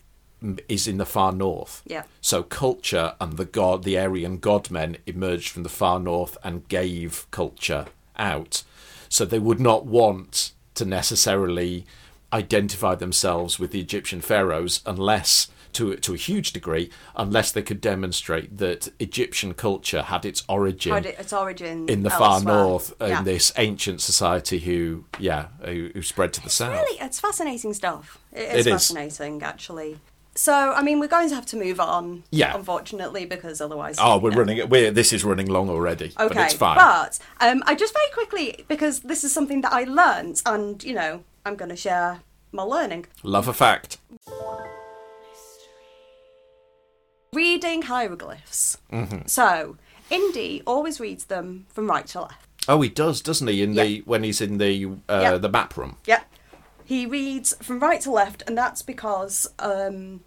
Speaker 2: is in the far north
Speaker 1: Yeah.
Speaker 2: so culture and the god, the Aryan godmen, emerged from the far north and gave culture out. So they would not want to necessarily identify themselves with the Egyptian pharaohs unless, to to a huge degree, unless they could demonstrate that Egyptian culture had its origin
Speaker 1: Had it- its origin
Speaker 2: in the far
Speaker 1: elsewhere.
Speaker 2: north
Speaker 1: Yeah.
Speaker 2: in this ancient society who, yeah, who, who spread to the south.
Speaker 1: Really, it's fascinating stuff. It is
Speaker 2: It is.
Speaker 1: fascinating, actually. So, I mean, we're going to have to move on,
Speaker 2: Yeah.
Speaker 1: unfortunately, because otherwise.
Speaker 2: Oh, we're
Speaker 1: yeah.
Speaker 2: running. We're this is running long already,
Speaker 1: Okay,
Speaker 2: but it's fine.
Speaker 1: but, um, I just very quickly because this is something that I learnt, and you know, I'm going to share my learning.
Speaker 2: Love a fact.
Speaker 1: Reading hieroglyphs.
Speaker 2: Mm-hmm.
Speaker 1: So, Indy always reads them from right to left.
Speaker 2: Oh, he does, doesn't he? In the
Speaker 1: Yeah.
Speaker 2: when he's in the uh,
Speaker 1: Yeah.
Speaker 2: the map room.
Speaker 1: Yep. He reads from right to left, and that's because um,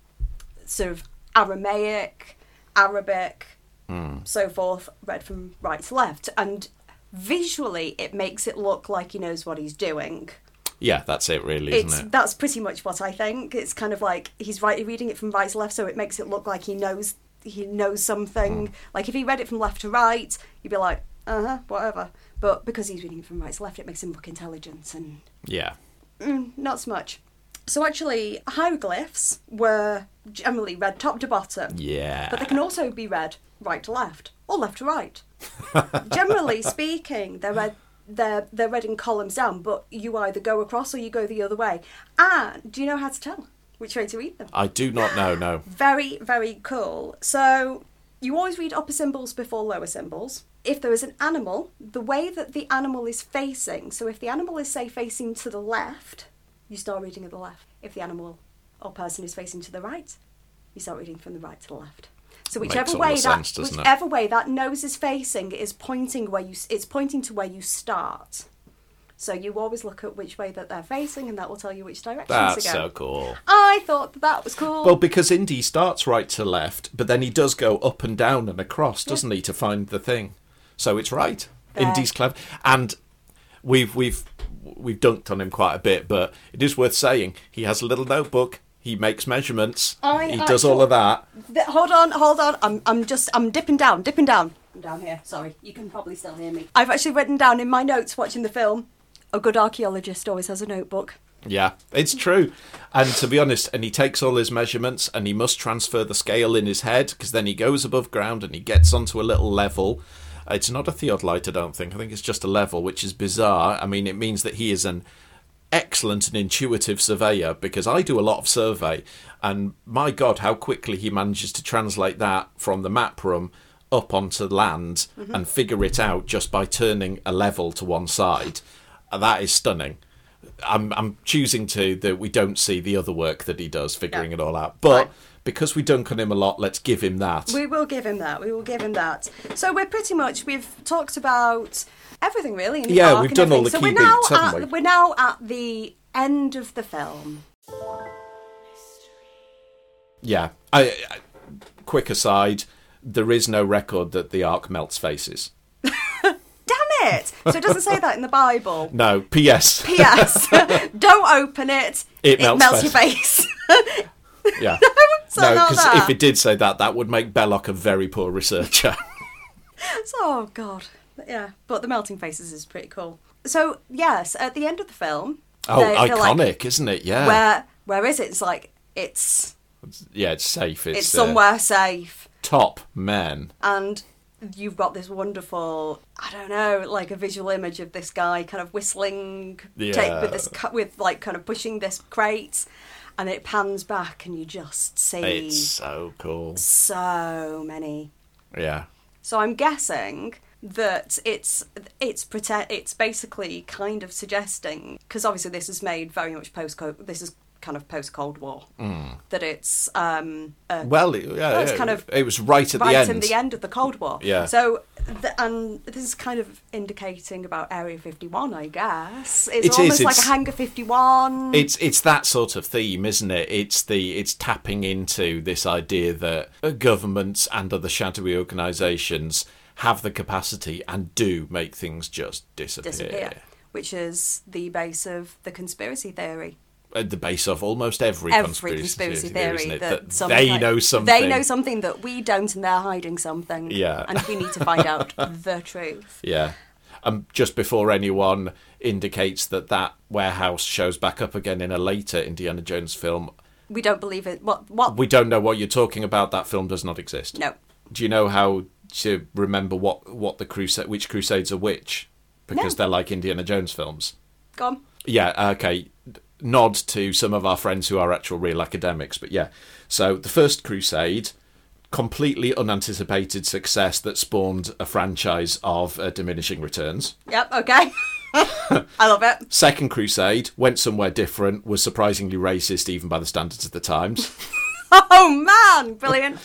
Speaker 1: sort of Aramaic, Arabic,
Speaker 2: Hmm.
Speaker 1: so forth, read from right to left. And visually, it makes it look like he knows what he's doing.
Speaker 2: Yeah, that's it, really,
Speaker 1: It's
Speaker 2: isn't it?
Speaker 1: that's pretty much what I think. It's kind of like he's right reading it from right to left, so it makes it look like he knows he knows
Speaker 2: Hmm.
Speaker 1: something. Like if he read it from left to right, you'd be like, uh huh, whatever. But because he's reading it from right to left, it makes him look intelligent and
Speaker 2: Yeah.
Speaker 1: not so much. So actually, hieroglyphs were generally read top to bottom,
Speaker 2: Yeah.
Speaker 1: but they can also be read right to left or left to right. generally speaking, they're read they're they're read in columns down, but you either go across or you go the other way. And do you know how to tell which way to read them?
Speaker 2: I do not know, no.
Speaker 1: Very, very cool. So you always read upper symbols before lower symbols. If there is an animal, the way that the animal is facing, so if the animal is, say, facing to the left, you start reading at the left. If the animal or person is facing to the right, you start reading from the right to the left. So
Speaker 2: Makes
Speaker 1: whichever
Speaker 2: all
Speaker 1: way that
Speaker 2: the sense, doesn't it?
Speaker 1: whichever way that nose is facing it is pointing where you s- it's pointing to where you start. So you always look at which way that they're facing, and that will tell you which direction
Speaker 2: That's
Speaker 1: to go.
Speaker 2: so cool.
Speaker 1: I thought that, that was cool.
Speaker 2: Well, because Indy starts right to left, but then he does go up and down and across, doesn't he, to find the thing? So it's right.
Speaker 1: There.
Speaker 2: Indy's clever, and we've we've we've dunked on him quite a bit, but it is worth saying he has a little notebook. He makes measurements.
Speaker 1: I-
Speaker 2: he
Speaker 1: I
Speaker 2: does all
Speaker 1: thought-
Speaker 2: of that.
Speaker 1: Th- hold on, hold on. I'm, I'm just, I'm dipping down, dipping down. I'm down here. Sorry, you can probably still hear me. I've actually written down in my notes watching the film. A good archaeologist always has a notebook.
Speaker 2: Yeah, it's true. And to be honest, and he takes all his measurements and he must transfer the scale in his head because then he goes above ground and he gets onto a little level. It's not a theodolite, I don't think. I think it's just a level, which is bizarre. I mean, it means that he is an excellent and intuitive surveyor because I do a lot of survey and my God, how quickly he manages to translate that from the map room up onto land and figure it out just by turning a level to one side. That is stunning. I'm I'm choosing to that we don't see the other work that he does figuring it all out. But
Speaker 1: Right.
Speaker 2: because we dunk on him a lot, let's give him that.
Speaker 1: We will give him that. We will give him that. So we're pretty much we've talked about everything really. In the
Speaker 2: Yeah,
Speaker 1: arc
Speaker 2: we've
Speaker 1: and
Speaker 2: done all
Speaker 1: everything.
Speaker 2: the
Speaker 1: so
Speaker 2: key
Speaker 1: we're now
Speaker 2: beats, haven't
Speaker 1: at,
Speaker 2: we?
Speaker 1: We're now at the end of the film.
Speaker 2: yeah. I, I quick aside, there is no record that the ark melts faces.
Speaker 1: Damn it! So it doesn't say that in the Bible.
Speaker 2: No, PS.
Speaker 1: P.S. Don't open it.
Speaker 2: It melts
Speaker 1: your face.
Speaker 2: Yeah.
Speaker 1: So
Speaker 2: no,
Speaker 1: not
Speaker 2: because
Speaker 1: that.
Speaker 2: if it did say that, that would make Belloc a very poor researcher.
Speaker 1: Oh God, yeah. But the melting faces is pretty cool. So yes, at the end of the film,
Speaker 2: oh,
Speaker 1: they- they're
Speaker 2: iconic,
Speaker 1: Like,
Speaker 2: isn't it? Yeah.
Speaker 1: where where is it? It's like it's
Speaker 2: yeah, it's safe. It's,
Speaker 1: it's
Speaker 2: uh,
Speaker 1: somewhere safe,
Speaker 2: top men.
Speaker 1: and you've got this wonderful I don't know, like a visual image of this guy kind of whistling
Speaker 2: Yeah.
Speaker 1: take with this cu- with like kind of pushing this crate, and it pans back, and you just see
Speaker 2: It's so cool.
Speaker 1: so many
Speaker 2: Yeah.
Speaker 1: So I'm guessing that it's it's prete- it's basically kind of suggesting because obviously this is made very much post this is kind of post Cold War
Speaker 2: Mm.
Speaker 1: that it's um uh,
Speaker 2: Well, it- yeah,
Speaker 1: it's
Speaker 2: yeah,
Speaker 1: kind of
Speaker 2: it was right at
Speaker 1: right
Speaker 2: the end.
Speaker 1: in the end of the Cold War.
Speaker 2: Yeah.
Speaker 1: So th- and this is kind of indicating about Area 51, I guess. It's
Speaker 2: It is,
Speaker 1: almost like
Speaker 2: it's-
Speaker 1: a Hangar 51.
Speaker 2: it's it's that sort of theme, isn't it? It's the it's tapping into this idea that uh, governments and other shadowy organisations have the capacity and do make things just disappear.
Speaker 1: disappear, which is the base of the conspiracy theory.
Speaker 2: At the base of almost every,
Speaker 1: every conspiracy, theory,
Speaker 2: isn't it?
Speaker 1: that,
Speaker 2: That
Speaker 1: some
Speaker 2: they
Speaker 1: kind-
Speaker 2: know something.
Speaker 1: They know something that we don't, and they're hiding something.
Speaker 2: Yeah.
Speaker 1: and we need to find out the truth.
Speaker 2: Yeah. Um, just before anyone indicates that that warehouse shows back up again in a later Indiana Jones film,
Speaker 1: We don't believe it. What? What?
Speaker 2: we don't know what you're talking about. That film does not exist.
Speaker 1: no.
Speaker 2: do you know how to remember what what the crusade which crusades are which because
Speaker 1: No.
Speaker 2: they're like indiana jones films
Speaker 1: Gone.
Speaker 2: yeah okay nod to some of our friends who are actual real academics but yeah so the first crusade completely unanticipated success that spawned a franchise of uh, diminishing returns
Speaker 1: Yep. Okay. I love it.
Speaker 2: second crusade went somewhere different was surprisingly racist even by the standards of the times
Speaker 1: Oh man, brilliant.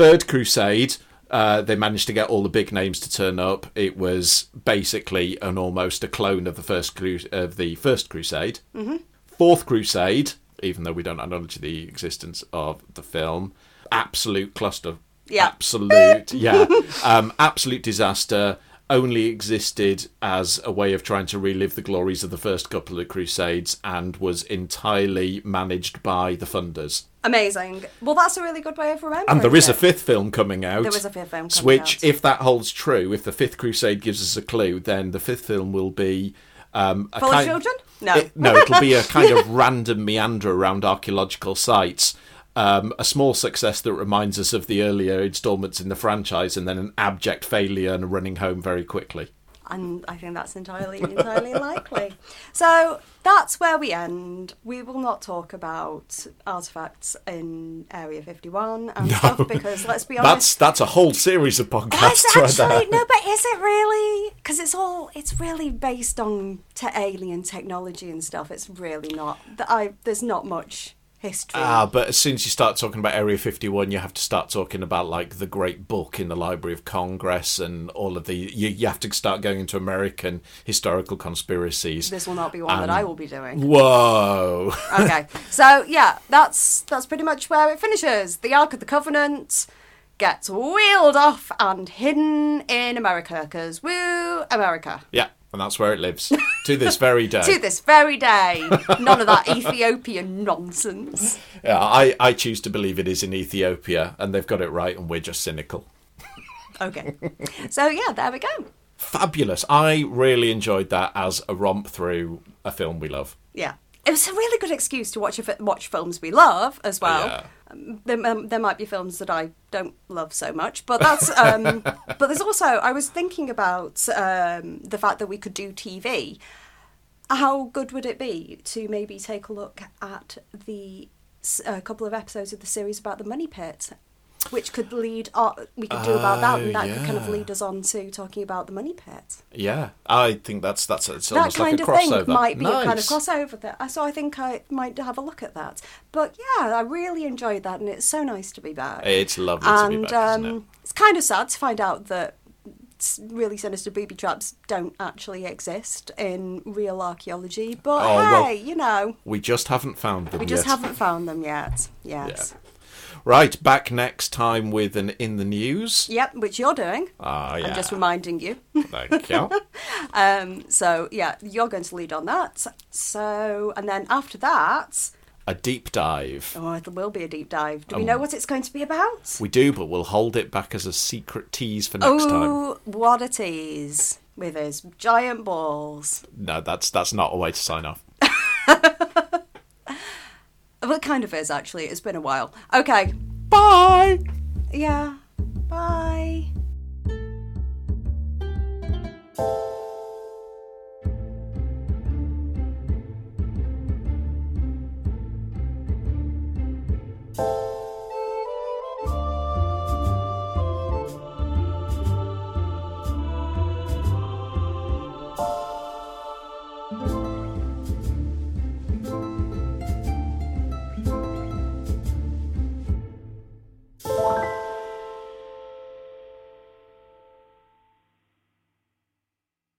Speaker 2: Third Crusade, uh, they managed to get all the big names to turn up. It was basically an almost a clone of the first cru- of the first Crusade. Mm-hmm. Fourth Crusade, even though we don't acknowledge the existence of the film, absolute cluster.
Speaker 1: Yeah.
Speaker 2: Absolute, yeah, um, absolute disaster. only existed as a way of trying to relive the glories of the first couple of crusades and was entirely managed by the funders.
Speaker 1: Amazing. Well, that's a really good way of remembering.
Speaker 2: And there is a
Speaker 1: it.
Speaker 2: fifth film coming out.
Speaker 1: There is a fifth film coming
Speaker 2: Which,
Speaker 1: out.
Speaker 2: if that holds true, if the fifth crusade gives us a clue, then the fifth film will be. Um, a
Speaker 1: Full of
Speaker 2: kind-
Speaker 1: children? No.
Speaker 2: It- no, it'll be a kind of random meander around archaeological sites. Um, a small success that reminds us of the earlier installments in the franchise, and then an abject failure and a running home very quickly.
Speaker 1: and I think that's entirely entirely likely. So that's where we end. We will not talk about artifacts in Area 51 and stuff because let's be
Speaker 2: That's
Speaker 1: honest.
Speaker 2: that's a whole series of podcasts
Speaker 1: it's
Speaker 2: right
Speaker 1: actually
Speaker 2: there.
Speaker 1: no, but is it really? Because it's all it's really based on te- alien technology and stuff. It's really not. th- I there's not much history.
Speaker 2: Ah, but as soon as you start talking about Area 51, you have to start talking about like the Great Book in the Library of Congress and all of the. You, you have to start going into American historical conspiracies.
Speaker 1: this will not be one that
Speaker 2: and-
Speaker 1: I will be doing.
Speaker 2: Whoa!
Speaker 1: okay. So yeah, that's that's pretty much where it finishes. The Ark of the Covenant gets wheeled off and hidden in America because woo America.
Speaker 2: yeah, and that's where it lives to this very day.
Speaker 1: To this very day, none of that Ethiopian nonsense.
Speaker 2: yeah, I I choose to believe it is in Ethiopia, and they've got it right, and we're just cynical.
Speaker 1: Okay. So yeah, there we go.
Speaker 2: Fabulous! I really enjoyed that as a romp through a film we love.
Speaker 1: Yeah. It was a really good excuse to watch a fi- watch films we love as well.
Speaker 2: Yeah.
Speaker 1: Um, There, um, there might be films that I don't love so much, but that's. Um, but there's also I was thinking about um, the fact that we could do TV. How good would it be to maybe take a look at the s- a couple of episodes of the series about the money pit, which could lead o we could do about that,
Speaker 2: Oh,
Speaker 1: and that could kind of
Speaker 2: yeah.
Speaker 1: lead us on to talking about the money pit
Speaker 2: Yeah, I think that's that's it's
Speaker 1: that
Speaker 2: almost
Speaker 1: kind
Speaker 2: like a
Speaker 1: of
Speaker 2: crossover.
Speaker 1: thing might be a kind of
Speaker 2: Nice.
Speaker 1: crossover there. Uh, So I think I might have a look at that. But yeah, I really enjoyed that, and it's so nice to be back.
Speaker 2: It's lovely
Speaker 1: and
Speaker 2: to be back,
Speaker 1: um,
Speaker 2: isn't it?
Speaker 1: it's kind of sad to find out that s- really sinister booby traps don't actually exist in real archaeology. But
Speaker 2: Oh,
Speaker 1: hey,
Speaker 2: well,
Speaker 1: you know,
Speaker 2: We just haven't found them
Speaker 1: we just
Speaker 2: yet.
Speaker 1: haven't found them yet. Yes.
Speaker 2: Right, back next time with an in the news.
Speaker 1: Yep, which you're doing.
Speaker 2: Ah, yeah.
Speaker 1: I'm just reminding you.
Speaker 2: Thank you.
Speaker 1: Um, so yeah, you're going to lead on that. So and then after that,
Speaker 2: a deep dive.
Speaker 1: Oh, it will be a deep dive.
Speaker 2: Um,
Speaker 1: Do we know what it's going to be about?
Speaker 2: We do, but we'll hold it back as a secret tease for next time.
Speaker 1: Oh, what it is with his giant balls.
Speaker 2: No, that's that's not a way to sign off.
Speaker 1: Well, it kind of is actually. It's been a while. Okay.
Speaker 2: Bye.
Speaker 1: Yeah. Bye.